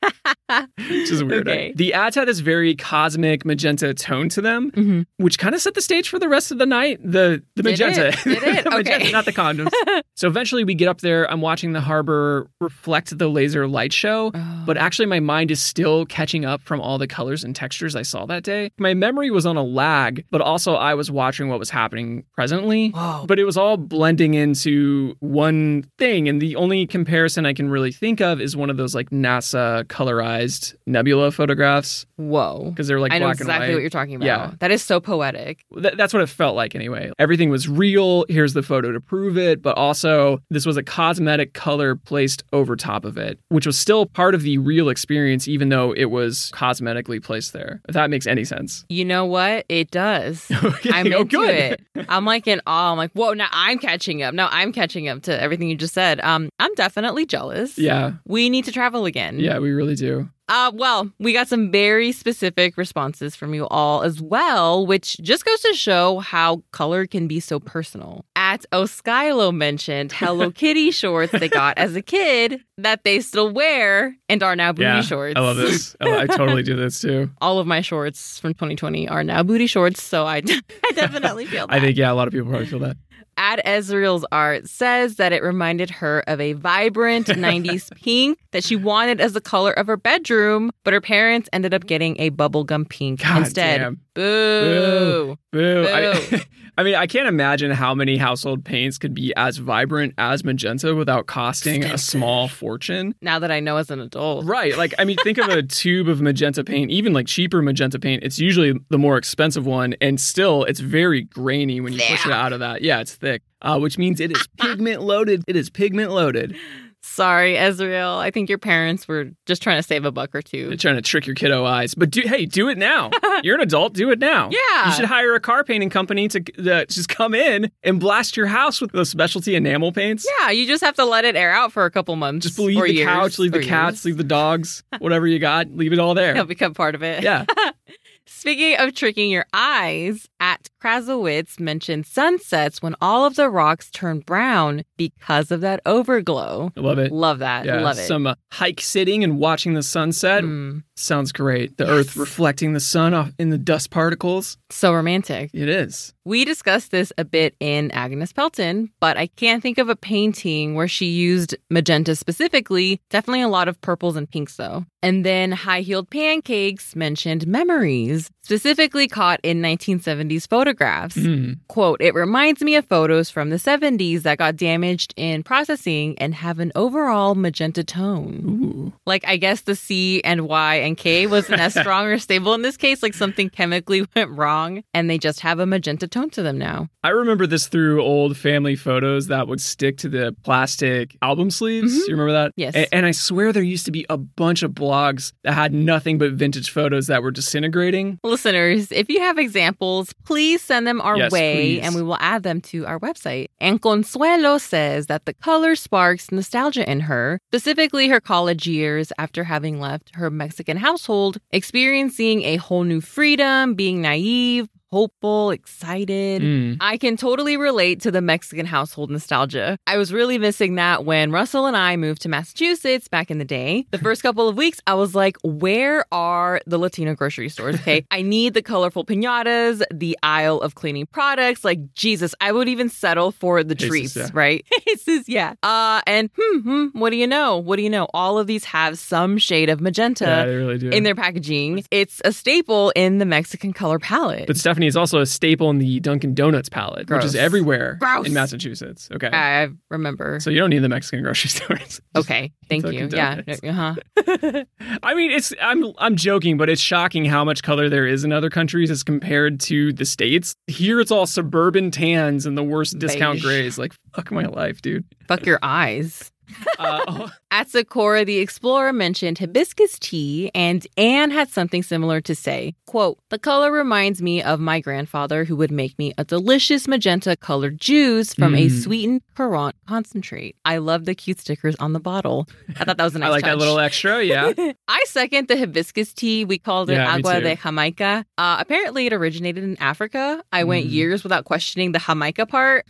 which is weird. right? Okay. The ads had this very cosmic magenta tone to them, hmm which kind of set the stage for the rest of the night. The the Did magenta, it? Did it? The magenta, Okay. not the condoms. so eventually we get up there. I'm watching the harbor reflect the laser light show. Oh. But Uh-huh. actually, my mind is still catching up from all the colors and textures I saw that day. My memory was on a lag, but also I was watching what was happening presently. Whoa. Oh. But it was all blending into one thing. And the only comparison I can really think of is one of those like NASA colorized nebula photographs Whoa. because they're like I know black and exactly white. what you're talking about. Yeah. That is so poetic. Th- that's what it felt like anyway. Everything was real. Here's the photo to prove it. But also, this was a cosmetic color placed over top of it, which was still part of the real experience, even though it was cosmetically placed there. If that makes any sense. You know what? It does. Okay. I'm Oh, into good. it. I'm like in awe. I'm like, whoa, now I'm catching up. Now I'm catching up to everything you just said. Um, I'm definitely jealous. Yeah. We need to travel again. Yeah, we really do. Uh, well, we got some very specific responses from you all as well, which just goes to show how color can be so personal. At Oskylo mentioned Hello Kitty shorts they got as a kid that they still wear and are now booty shorts. I love this. I, I totally do this too. All of my shorts from 2020 are now booty shorts, so I, I definitely feel that. I think, yeah, a lot of people probably feel that. At Ezreal's art says that it reminded her of a vibrant 90s pink that she wanted as the color of her bedroom, but her parents ended up getting a bubblegum pink God instead. damn. Boo. Boo. Boo. I, I mean, I can't imagine how many household paints could be as vibrant as magenta without costing a Expensive. small fortune. Now that I know as an adult. Right. Like, I mean, think of a tube of magenta paint, even like cheaper magenta paint. It's usually the more expensive one, and still it's very grainy when you push it out of that. Yeah, it's thick, uh, which means it Ah, is pigment loaded. It is pigment loaded. Sorry, Ezreal. I think your parents were just trying to save a buck or They're two. trying to trick your kiddo eyes. But do, hey, do it now. You're an adult. Do it now. Yeah. You should hire a car painting company to uh, just come in and blast your house with those specialty enamel paints. Yeah, you just have to let it air out for a couple months. Just leave or the years, couch, leave or the years. cats, leave the dogs, whatever you got, leave it all there. He'll become part of it. Yeah. Speaking of tricking your eyes, at Krasowitz mentioned sunsets when all of the rocks turn brown because of that overglow. I love it. Love that. Yeah, Love it. Some uh, hike sitting and watching the sunset Mm, sounds great. The Yes. earth reflecting the sun off in the dust particles. so romantic. It is. We discussed this a bit in Agnes Pelton, but I can't think of a painting where she used magenta specifically. Definitely a lot of purples and pinks, though. And then high heeled pancakes mentioned memories, specifically caught in 1970s photographs. Mm. Quote, it reminds me of photos from the 70s that got damaged in processing and have an overall magenta tone. Ooh. Like, I guess the C and Y and K wasn't as strong or stable in this case. Like, something chemically went wrong and they just have a magenta tone to them now. I remember this through old family photos that would stick to the plastic album sleeves. Mhm. You remember that? Yes. A- and I swear there used to be a bunch of blogs that had nothing but vintage photos that were disintegrating. Listeners, if you have examples, please send them our Yes, way please. and we will add them to our website. And Consuelo says that the color sparks nostalgia in her, specifically her college years after having left her Mexican household, experiencing a whole new freedom, being naive, hopeful, excited. Mm. I can totally relate to the Mexican household nostalgia. I was really missing that when Russell and I moved to Massachusetts back in the day. The first couple of weeks, I was like, where are the Latino grocery stores? Okay. I need the colorful pinatas, the aisle of cleaning products. Like, Jesus, I would even settle for the Jesus, treats, yeah. right? this is, yeah. Uh, and hmm, hmm, what do you know? What do you know? All of these have some shade of magenta Yeah, they really do. in their packaging. It's a staple in the Mexican color palette. But Stephanie, Company is also a staple in the Dunkin' Donuts palette, which Gross. is everywhere Gross. in Massachusetts. Okay. I remember. So you don't need the Mexican grocery stores. okay, thank Dunkin' you. Yeah, Donuts. uh-huh. I mean, it's I'm I'm joking, but it's shocking how much color there is in other countries as compared to the states. Here, it's all suburban tans and the worst discount Beige. grays. Like fuck my life, dude. Fuck your eyes. Uh, oh, Atsakora the Explorer mentioned hibiscus tea, and Anne had something similar to say. Quote, The color reminds me of my grandfather who would make me a delicious magenta colored juice from a Mm. sweetened currant concentrate. I love the cute stickers on the bottle. I thought that was a nice I like touch. that little extra. Yeah. I second the hibiscus tea. We called it Yeah, me agua too. de Jamaica. Uh, apparently, it originated in Africa. I went Mm. years without questioning the Jamaica part,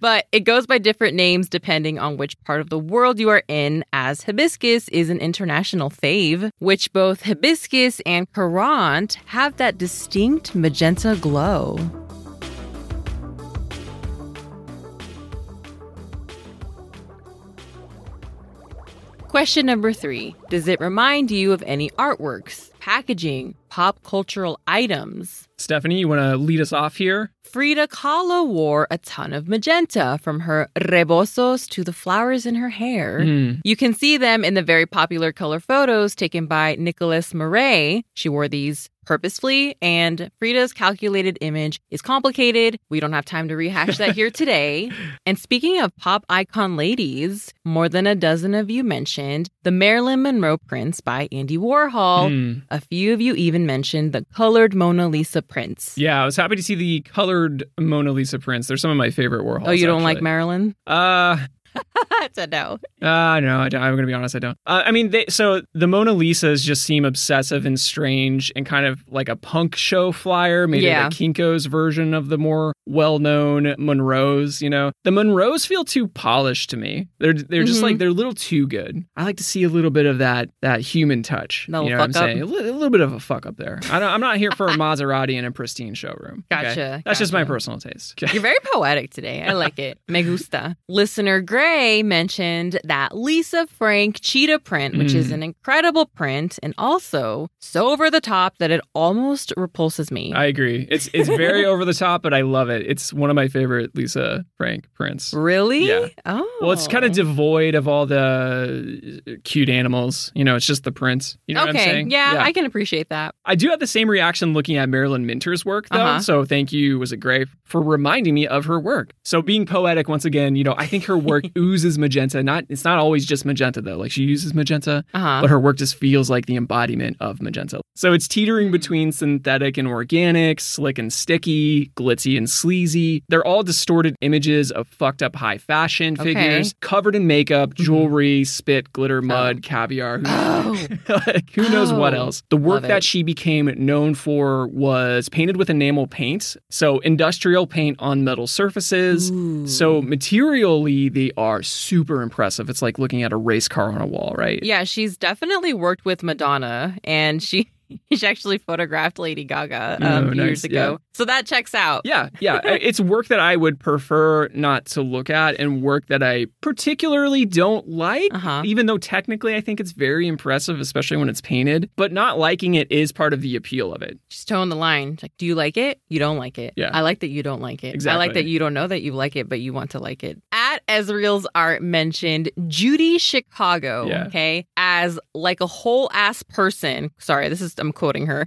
but it goes by different names depending on which part of the world you are in. As hibiscus is an international fave, which both hibiscus and currant have that distinct magenta glow. Question number three Does it remind you of any artworks, packaging, pop cultural items? Stephanie, you want to lead us off here? Frida Kahlo wore a ton of magenta from her rebosos to the flowers in her hair. Hmm. You can see them in the very popular color photos taken by Nicolas Murray. She wore these purposefully, and Frida's calculated image is complicated. We don't have time to rehash that here today. And speaking of pop icon ladies, more than a dozen of you mentioned the Marilyn Monroe prints by Andy Warhol. Hmm. A few of you even mentioned the colored Mona Lisa prints. Yeah, I was happy to see the colored Mona Lisa prints. They're some of my favorite Warhols. Oh, you don't like actually. Marilyn? Uh, That's a no. Uh, no, I don't. I'm going to be honest. I don't. Uh, I mean, they, so the Mona Lisas just seem obsessive and strange and kind of like a punk show flyer, maybe Yeah. like Kinko's version of the more well known Monroes, you know? The Monroes feel too polished to me. They're they're just Mhm. like, they're a little too good. I like to see a little bit of that that human touch. Little you know what I'm fuck up. saying? A li- a little bit of a fuck up there. I don't, I'm not here for a Maserati in a pristine showroom. okay? Gotcha, That's just my gotcha. personal taste. Okay. You're very poetic today. I like it. Me gusta. Listener Gray mentioned that Lisa Frank cheetah print, which is Mm. an incredible print and also so over the top that it almost repulses me. I agree. It's it's very over the top, but I love it. It's one of my favorite Lisa Frank prints. really? Yeah. Oh. Well, it's kind of devoid of all the uh, cute animals. You know, it's just the prints. You know okay. what I'm saying? Yeah, I can appreciate that. I do have the same reaction looking at Marilyn Minter's work, though. Uh-huh. So thank you, was it Gray, for reminding me of her work. So being poetic once again, you know, I think her work oozes magenta. Not it's not always just magenta though. Like she uses magenta, Uh-huh. but her work just feels like the embodiment of magenta. So it's teetering between synthetic and organic, slick and sticky, glitzy and sleazy. They're all distorted images of fucked up high fashion Okay. figures covered in makeup, jewelry, spit, glitter, mud, caviar. Who, Oh. like, who knows what Oh. else? The work Love that it. she became known for was painted with enamel paint, so industrial paint on metal surfaces. Ooh. So materially, they are super impressive. It's like looking at a race car on a wall, right? Yeah, she's definitely worked with Madonna, and she she actually photographed Lady Gaga um, Oh, a few years nice. ago. So that checks out. Yeah, yeah. I- it's work that I would prefer not to look at and work that I particularly don't like, Uh-huh. even though technically I think it's very impressive, especially when it's painted. But not liking it is part of the appeal of it. Just towing the line. Like, do you like it? You don't like it. Yeah. I like that you don't like it. I like Exactly. that you don't know that you like it, but you want to like it. At Ezreal's art mentioned Judy Chicago, Yeah. okay, as like a whole ass person. Sorry, this is I'm quoting her.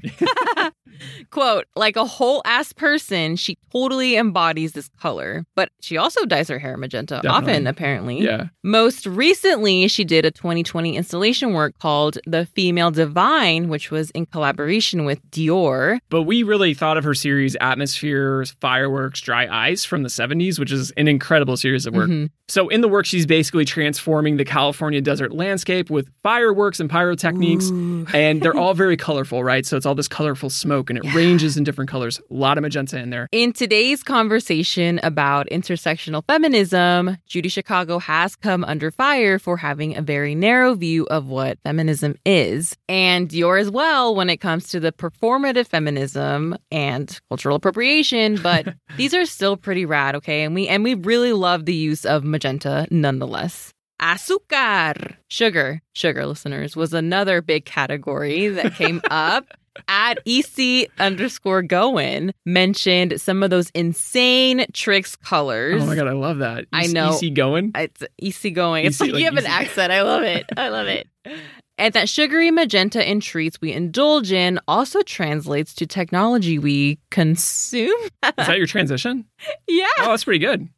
Quote, like a whole ass person, she totally embodies this color. But she also dyes her hair magenta Definitely. often, apparently. Yeah. Most recently, she did a 2020 installation work called The Female Divine, which was in collaboration with Dior. But we really thought of her series Atmospheres, Fireworks, Dry Ice from the 70s, which is an incredible series of work. Mhm. So in the work, she's basically transforming the California desert landscape with fireworks and pyrotechniques. Ooh. And they're all very colorful, right? So it's all this colorful smoke and it ranges in different colors. A lot of magenta in there. In today's conversation about intersectional feminism, Judy Chicago has come under fire for having a very narrow view of what feminism is, and Dior as well when it comes to the performative feminism and cultural appropriation. But these are still pretty rad, okay? And we and we really love the use of magenta nonetheless. Azúcar, sugar, sugar listeners was another big category that came up. at EC underscore Goen mentioned some of those insane tricks colors. Oh my god, I love that. I know. EC going. It's easy going. It's Easy, like, like E you have an easy. accent. I love it. I love it. And that sugary magenta in treats we indulge in also translates to technology we consume. Is that your transition? Yeah. Oh, that's pretty good.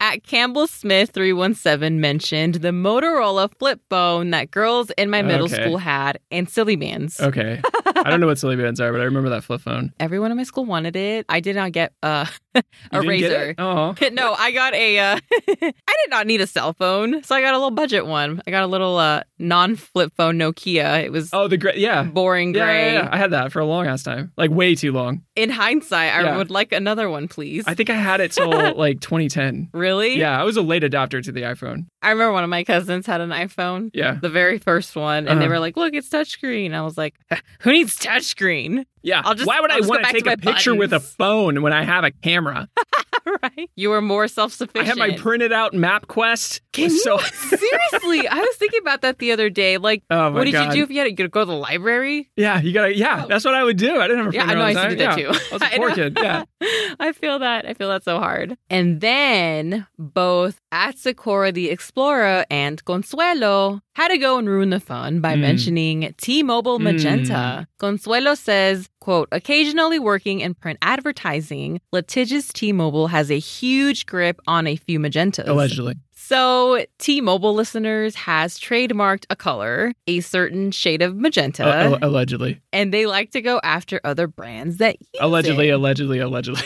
At Campbell Smith 317 mentioned the Motorola flip phone that girls in my middle Okay. Uh, school had and silly bands. Okay. I don't know what silly bands are, but I remember that flip phone. Everyone in my school wanted it. I did not get uh, a razor. Oh. no, I got a. Uh, I did not need a cell phone, so I got a little budget one. I got a little uh, non-flip phone Nokia. It was Oh, the gray. Yeah. boring Yeah, gray. yeah, yeah. I had that for a long ass time. Like way too long. In hindsight, I Yeah. would like another one, please. I think I had it till like 2010. really? Yeah, I was a late adopter to the iPhone. I remember one of my cousins had an iPhone, Yeah. the very first one, and they Uh-huh. were like, "Look, it's touchscreen." I was like, "Who needs touchscreen?" Yeah. I'll just- Why would I'll I just go want back to to take a my picture with a buttons. phone when I have a camera? right? You were more I self-sufficient. had my printed out map quest. Can you- so Seriously, I was thinking about that the other day. Like, Oh my what did God. you do if you had to go to the library? Yeah, you gotta yeah, that's what I would do. I didn't have a Yeah, printer I know. I all the used to do that time. too. Yeah. I was a I poor know. kid. Yeah. I feel that. I feel that so hard. And then both at Sakura the Explorer and Consuelo had to go and ruin the fun by Mm. mentioning Hmm. T-Mobile Magenta. Consuelo says, quote, occasionally working in print advertising, litigious T-Mobile has a huge grip on a few magentas. Allegedly. So T-Mobile listeners has trademarked a color, a certain shade of magenta, Uh, al- allegedly. and they like to go after other brands that use Allegedly, it. allegedly, allegedly.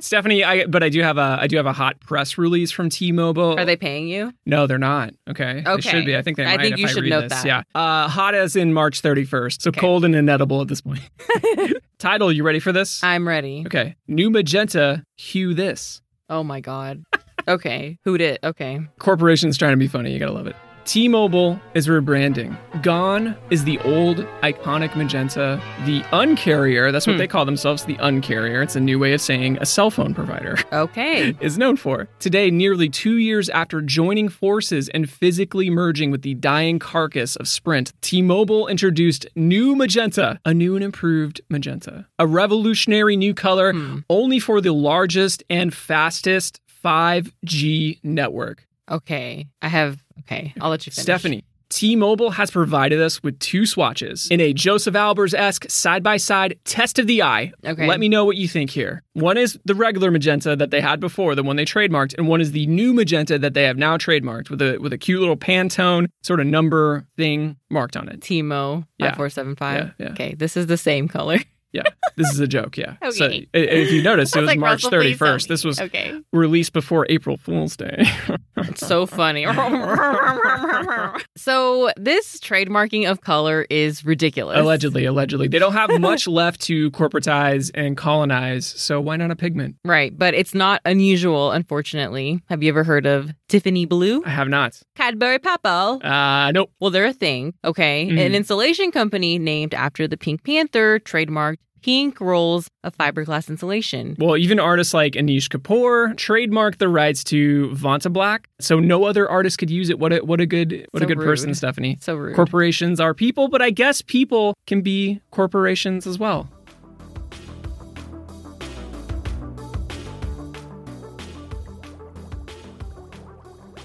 Stephanie, I but I do have a I do have a hot press release from T-Mobile. Are they paying you? No, they're not. Okay. They Okay. should be. I think they I might think if you I should read note this. that. Yeah. Uh, hot as in March 31st. So Okay. cold and inedible at this point. Title, you ready for this? I'm ready. okay. New magenta, hue this. Oh my god. Okay. Who did? Okay. Corporation's trying to be funny. You gotta love it. T Mobile is rebranding. Gone is the old iconic magenta. The uncarrier, that's what Hmm. they call themselves, the uncarrier. It's a new way of saying a cell phone provider Okay. is known for. Today, nearly two years after joining forces and physically merging with the dying carcass of Sprint, T Mobile introduced New Magenta, a new and improved magenta, a revolutionary new color Hmm. only for the largest and fastest 5G network. Okay. I have. Okay. I'll let you finish. Stephanie. T Mobile has provided us with two swatches in a Joseph Albers esque side by side test of the eye. Okay. Let me know what you think here. One is the regular magenta that they had before, the one they trademarked, and one is the new magenta that they have now trademarked with a with a cute little Pantone sort of number thing marked on it. Timo. Yeah. Five four seven five. Yeah, yeah. Okay. This is the same color. Yeah, this is a joke. Yeah. So, Okay. i- if you noticed, I it was was like, March Russell, please thirty tell first. me. This was Okay. released before April Fool's Day. It's so funny. so this trademarking of color is ridiculous. allegedly, allegedly, they don't have much left to corporatize and colonize. So why not a pigment? Right, but it's not unusual, unfortunately. Have you ever heard of Tiffany Blue? I have not. Cadbury Papal. Uh, nope. Well, they're a thing, okay? Mm. An insulation company named after the Pink Panther trademarked pink rolls of fiberglass insulation. Well, even artists like Anish Kapoor trademarked the rights to Vanta Black, so no other artist could use it. What a what a good what So a good person, rude. Stephanie. So rude. Corporations are people, but I guess people can be corporations as well.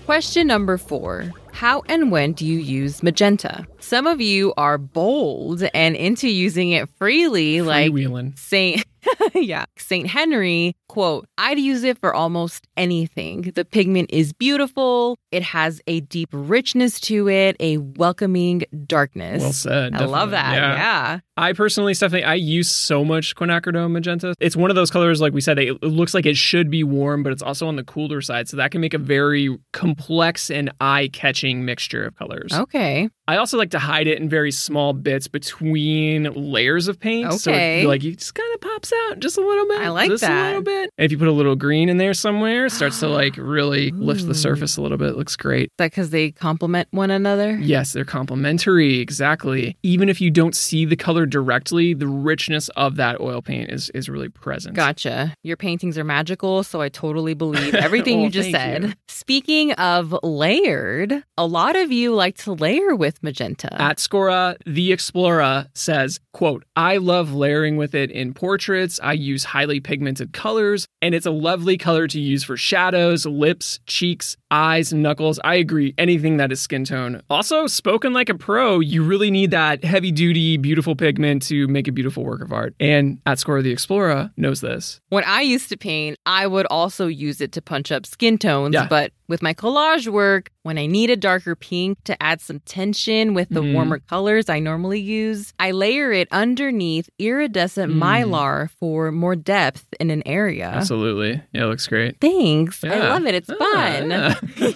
Question number four How and when do you use magenta? Some of you are bold and into using it freely, like Freewheeling. Saint yeah, Saint Henry, quote, I'd use it for almost anything. The pigment is beautiful. It has a deep richness to it, a welcoming darkness. Well said. I love definitely. that. Yeah. I personally, Stephanie, I use so much quinacridone magenta. It's one of those colors, like we said, it it looks like it should be warm, but it's also on the cooler side. So that can make a very complex and eye catching mixture of colors. Okay. I also like to hide it in very small bits between layers of paint. So, Okay. it- like, you just kind of pops out just a little bit. I like just that. a little bit. And if you put a little green in there somewhere, it starts to like really lift the surface a little bit. Looks great. that because they complement one another? Yes, they're complementary. Exactly. Even if you don't see the color directly, the richness of that oil paint is is really present. Gotcha. Your paintings are magical, so I totally believe everything Well, you just thank said. you. Speaking of layered, a lot of you like to layer with magenta. At Scora, the Explorer says, quote, I love layering with it in portraits. I use highly pigmented colors, and it's a lovely color to use for shadows, lips, cheeks, eyes, knuckles. I agree, anything that is skin tone. Also, spoken like a pro, you really need that heavy duty, beautiful pigment to make a beautiful work of art. And at Scora, the Explorer knows this. when I used to paint, I would also use it to punch up skin tones, Yeah. but with my collage work, when I need a darker pink to add some tension with the Mhm. warmer colors I normally use, I layer it underneath iridescent Mm. mylar for more depth in an area. Absolutely. Yeah, it looks great. Thanks. I Yeah. love it. It's Ah, fun.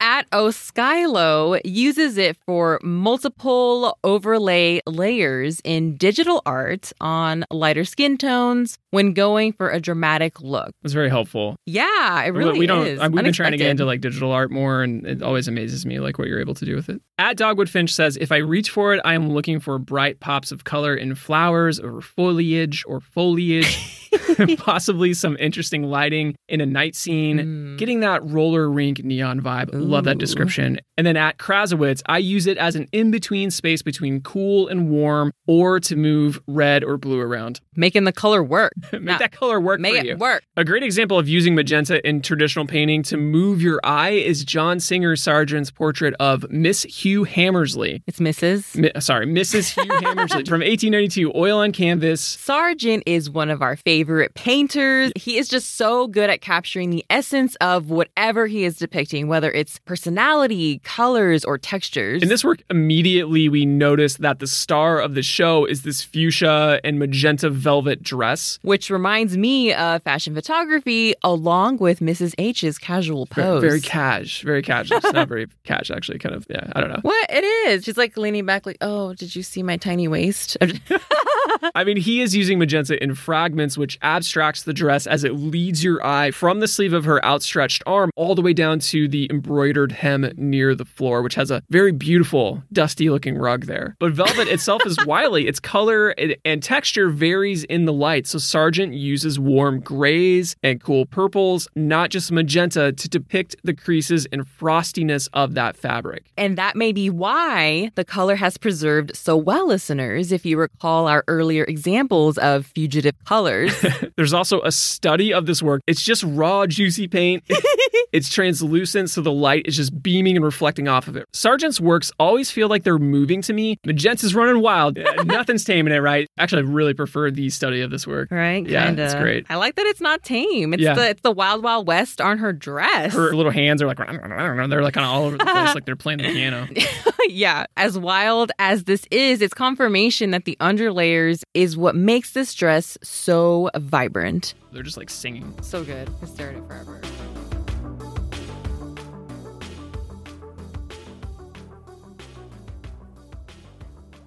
At Oskylo uses it for multiple overlay layers in digital art on lighter skin tones when going for a dramatic look. It's very helpful. Yeah, it But really we don't uh, is. we've been trying to get Unexpected. into like digital art more and it always amazes me like what you're able to do with it at dogwood finch says if i reach for it i am looking for bright pops of color in flowers or foliage or foliage possibly some interesting lighting in a night scene Mm. Getting that roller rink neon vibe. Ooh. Love that description. And then at Krasowitz, I use it as an in between space between cool and warm or to move red or blue around. making the color work. Make Now, that color work Make for it you. work. A great example of using magenta in traditional painting to move your eye is John Singer Sargent's portrait of Miss Hugh Hammersley. It's Mrs. Mi- sorry, Mrs. Hugh Hammersley from 1892, oil on canvas. Sargent is one of our favorite painters. He is just so good at capturing the essence of whatever he is depicting, whether it's personality, colors, or textures. In this work, immediately we notice that the star of the show is this fuchsia and magenta velvet dress. which reminds me of fashion photography along with Mrs. H's casual Ve- pose. Very cash, very cash. It's not very cash, actually. Kind of, yeah, I don't know. what it is. She's like leaning back like, "Oh, did you see my tiny waist?" I mean, he is using magenta in fragments, which abstracts the dress as it leads your eye from the sleeve of her outstretched arm all the way down to the embroidered hem near the floor, which has a very beautiful, dusty looking rug there. But velvet itself is wily. Its color and- and texture varies in the light. So Sargent uses warm grays and cool purples, not just magenta, to depict the creases and frostiness of that fabric. And that may be why the color has preserved so well, listeners, if you recall our earlier examples of fugitive colors. There's also a study of this work. It's just raw, juicy paint. it's translucent, so the light is just beaming and reflecting off of it. Sargent's works always feel like they're moving to me. Magenta's running wild. Yeah, Nothing's taming it, right? Actually, I really prefer the study of this work. right? Yeah, Kinda. it's great. I like that it's not tame. It's, Yeah. the, it's the Wild Wild West on her dress. Her little hands are like, they're like kind of all over the place, like they're playing the piano. yeah. As wild as this is, it's confirmation that the underlayers is what makes this dress so vibrant. They're just like singing. So good. I stared at it forever.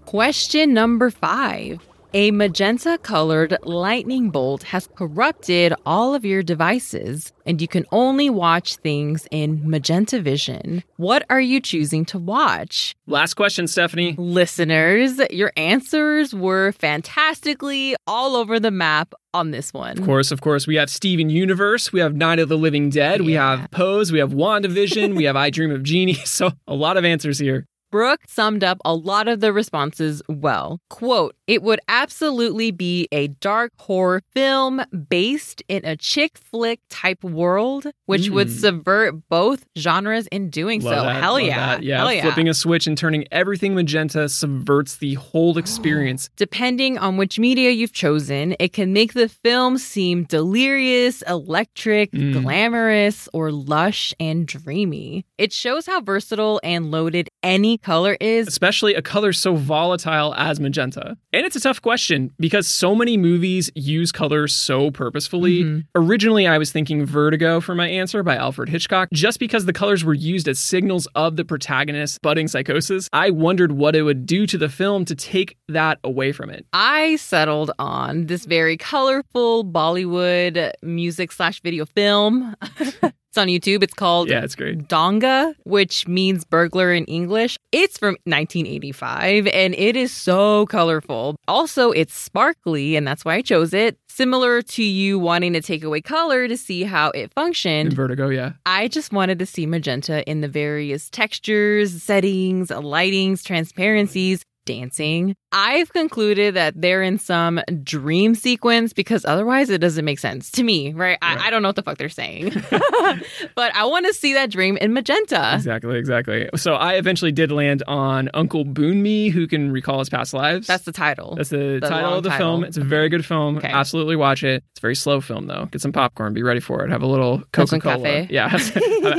Question number five. A magenta colored lightning bolt has corrupted all of your devices, and you can only watch things in magenta vision. What are you choosing to watch? Last question, Stephanie. Listeners, your answers were fantastically all over the map on this one. Of course, of course. We have Steven Universe. We have Night of the Living Dead. We Yeah. have Pose. We have WandaVision. we have I Dream of Genie. So a lot of answers here. Brooke summed up a lot of the responses well. Quote, it would absolutely be a dark horror film based in a chick flick type world, which would Mm. subvert both genres in doing Love so. that, Hell love yeah. that. Yeah. Hell yeah. Flipping a switch and turning everything magenta subverts the whole experience. Depending on which media you've chosen, it can make the film seem delirious, electric, Mm. glamorous, or lush and dreamy. It shows how versatile and loaded any color is. especially a color so volatile as magenta. And it's a tough question because so many movies use color so purposefully. Mm-hmm. Originally, I was thinking Vertigo for my answer by Alfred Hitchcock, just because the colors were used as signals of the protagonist's budding psychosis. I wondered what it would do to the film to take that away from it. I settled on this very colorful Bollywood music slash video film. it's on YouTube. It's called Yeah, it's great. Donga, which means burglar in English. It's from 1985 and it is so colorful. Also, it's sparkly, and that's why I chose it. Similar to you wanting to take away color to see how it In functioned, Vertigo, yeah. I just wanted to see magenta in the various textures, settings, lightings, transparencies, dancing. I've concluded that they're in some dream sequence because otherwise it doesn't make sense to me, right? Right. I, I don't know what the fuck they're saying. but I want to see that dream in magenta. Exactly, exactly. So I eventually did land on Uncle Boonmi, who can recall his past lives. That's the title. That's the, The title long of the title. Mm-hmm. film. It's a very good film. Okay. Absolutely watch it. It's a very slow film though. Get some popcorn. Be ready for it. Have a little Have some Coca Cola. cafe. Yeah, have,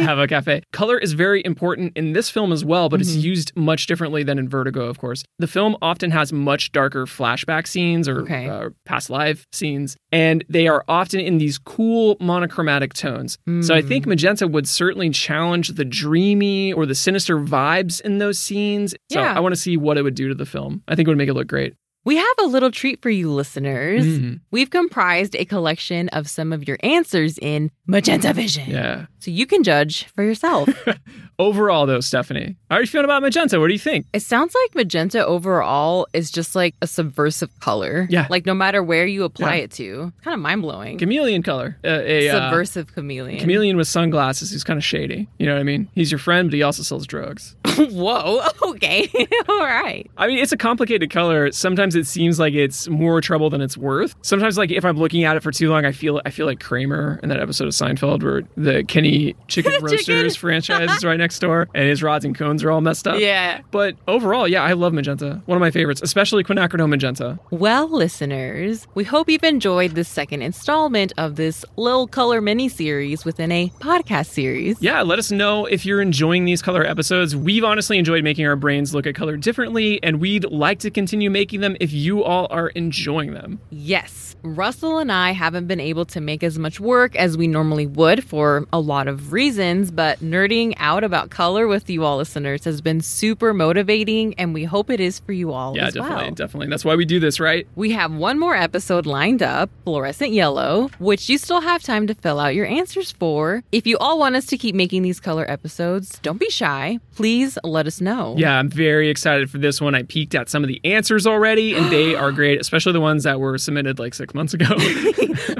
have a cafe. Color is very important in this film as well, but Mm-hmm. it's used much differently than in Vertigo, of course. The film often has much darker flashback scenes or Okay. uh, past life scenes, and they are often in these cool monochromatic tones. So I Hmm. think magenta would certainly challenge the dreamy or the sinister vibes in those scenes. So Yeah. I want to see what it would do to the film. I think it would make it look great. we have a little treat for you listeners. Mhm. We've comprised a collection of some of your answers in Magenta Vision. Yeah. So you can judge for yourself. Overall, though, Stephanie, how are you feeling about magenta? What do you think? It sounds like magenta overall is just like a subversive color. Yeah. Like no matter where you apply Yeah. it to, it's kind of mind blowing. Chameleon color. Uh, a uh, subversive chameleon. chameleon with sunglasses who's kind of shady. You know what I mean? He's your friend, but he also sells drugs. Whoa. Okay. All right. I mean, it's a complicated color. Sometimes it seems like it's more trouble than it's worth. Sometimes, like if I'm looking at it for too long, I feel I feel like Kramer in that episode of Seinfeld where the Kenny Chicken Roasters franchise is right next door, and his rods and cones are all messed up. Yeah. But overall, yeah, I love magenta. One of my favorites, especially quinacridone magenta. Well, listeners, we hope you've enjoyed this second installment of this little color mini series within a podcast series. Yeah, let us know if you're enjoying these color episodes. We've honestly enjoyed making our brains look at color differently, and we'd like to continue making them if you all are enjoying them. Yes, Russell and I haven't been able to make as much work as we normally would for a lot of reasons, but nerding out about color with you all listeners has been super motivating, and we hope it is for you all Yeah, as definitely, well. definitely. That's why we do this, right? We have one more episode lined up, Fluorescent Yellow, which you still have time to fill out your answers for. If you all want us to keep making these color episodes, don't be shy. Please let us know. Yeah, I'm very excited for this one. I peeked at some of the answers already, and they are great, especially the ones that were submitted like six months ago.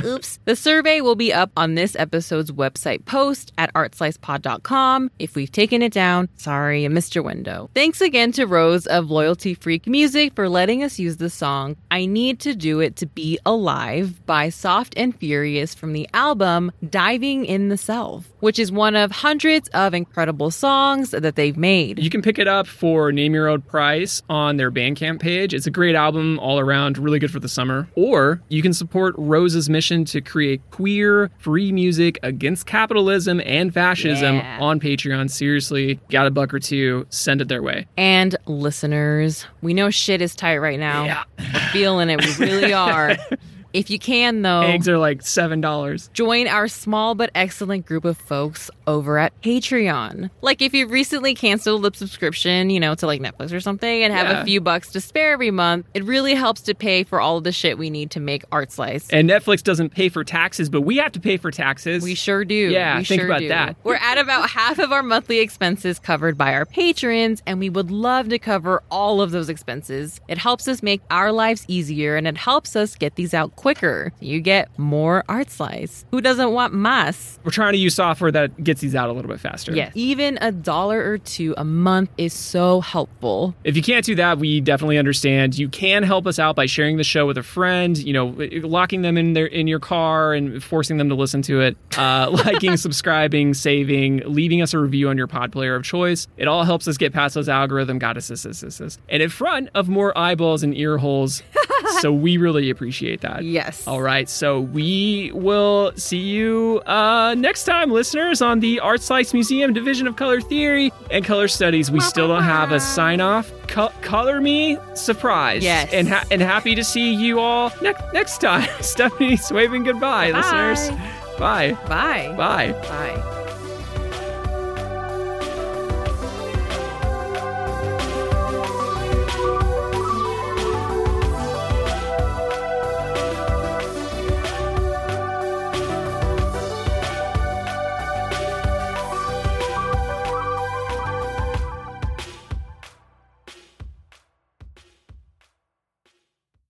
Oops. The survey will be up on this episode's website post at artslicepod.com. If we've taken it down, sorry, I missed your window. Thanks again to Rose of Loyalty Freak Music for letting us use the song I Need to Do It to Be Alive by Soft and Furious from the album Diving in the Self, which is one of hundreds of incredible songs that they've made. you can pick it up for Name Your Own Price on their Bandcamp page. It's a great album all around, really good for the summer. Or you can support Rose's mission to create queer, free music against capitalism and fascism Yeah. on Patreon. Seriously, got a buck or two, send it their way. And listeners, we know shit is tight right now. Yeah. We're feeling it. We really are. if you can, though, Eggs are like $7. join our small but excellent group of folks over at Patreon. Like if you've recently canceled the subscription, you know, to like Netflix or something and have Yeah. a few bucks to spare every month, it really helps to pay for all of the shit we need to make Art Slice. And Netflix doesn't pay for taxes, but we have to pay for taxes. We sure do. Yeah, we think sure about do. that. We're at about half of our monthly expenses covered by our patrons, and we would love to cover all of those expenses. It helps us make our lives easier, and it helps us get these out quicker. You get more art slice. Who doesn't want mas? We're trying to use software that gets these out a little bit faster. Yes, even a dollar or two a month is so helpful. If you can't do that, we definitely understand. You can help us out by sharing the show with a friend, you know, locking them in their in your car and forcing them to listen to it, uh, liking, subscribing, saving, leaving us a review on your pod player of choice. It all helps us get past those algorithm goddesses, and in front of more eyeballs and ear holes. so we really appreciate that. Yes. All right, so we will see you uh, next time, listeners, on the Art Slice Museum Division of Color Theory and Color Studies. We still don't have a sign off. Co- color me surprised. Yes. And, ha- and happy to see you all ne- next time. Stephanie's waving goodbye, Bye. listeners. Bye. Bye. Bye. Bye.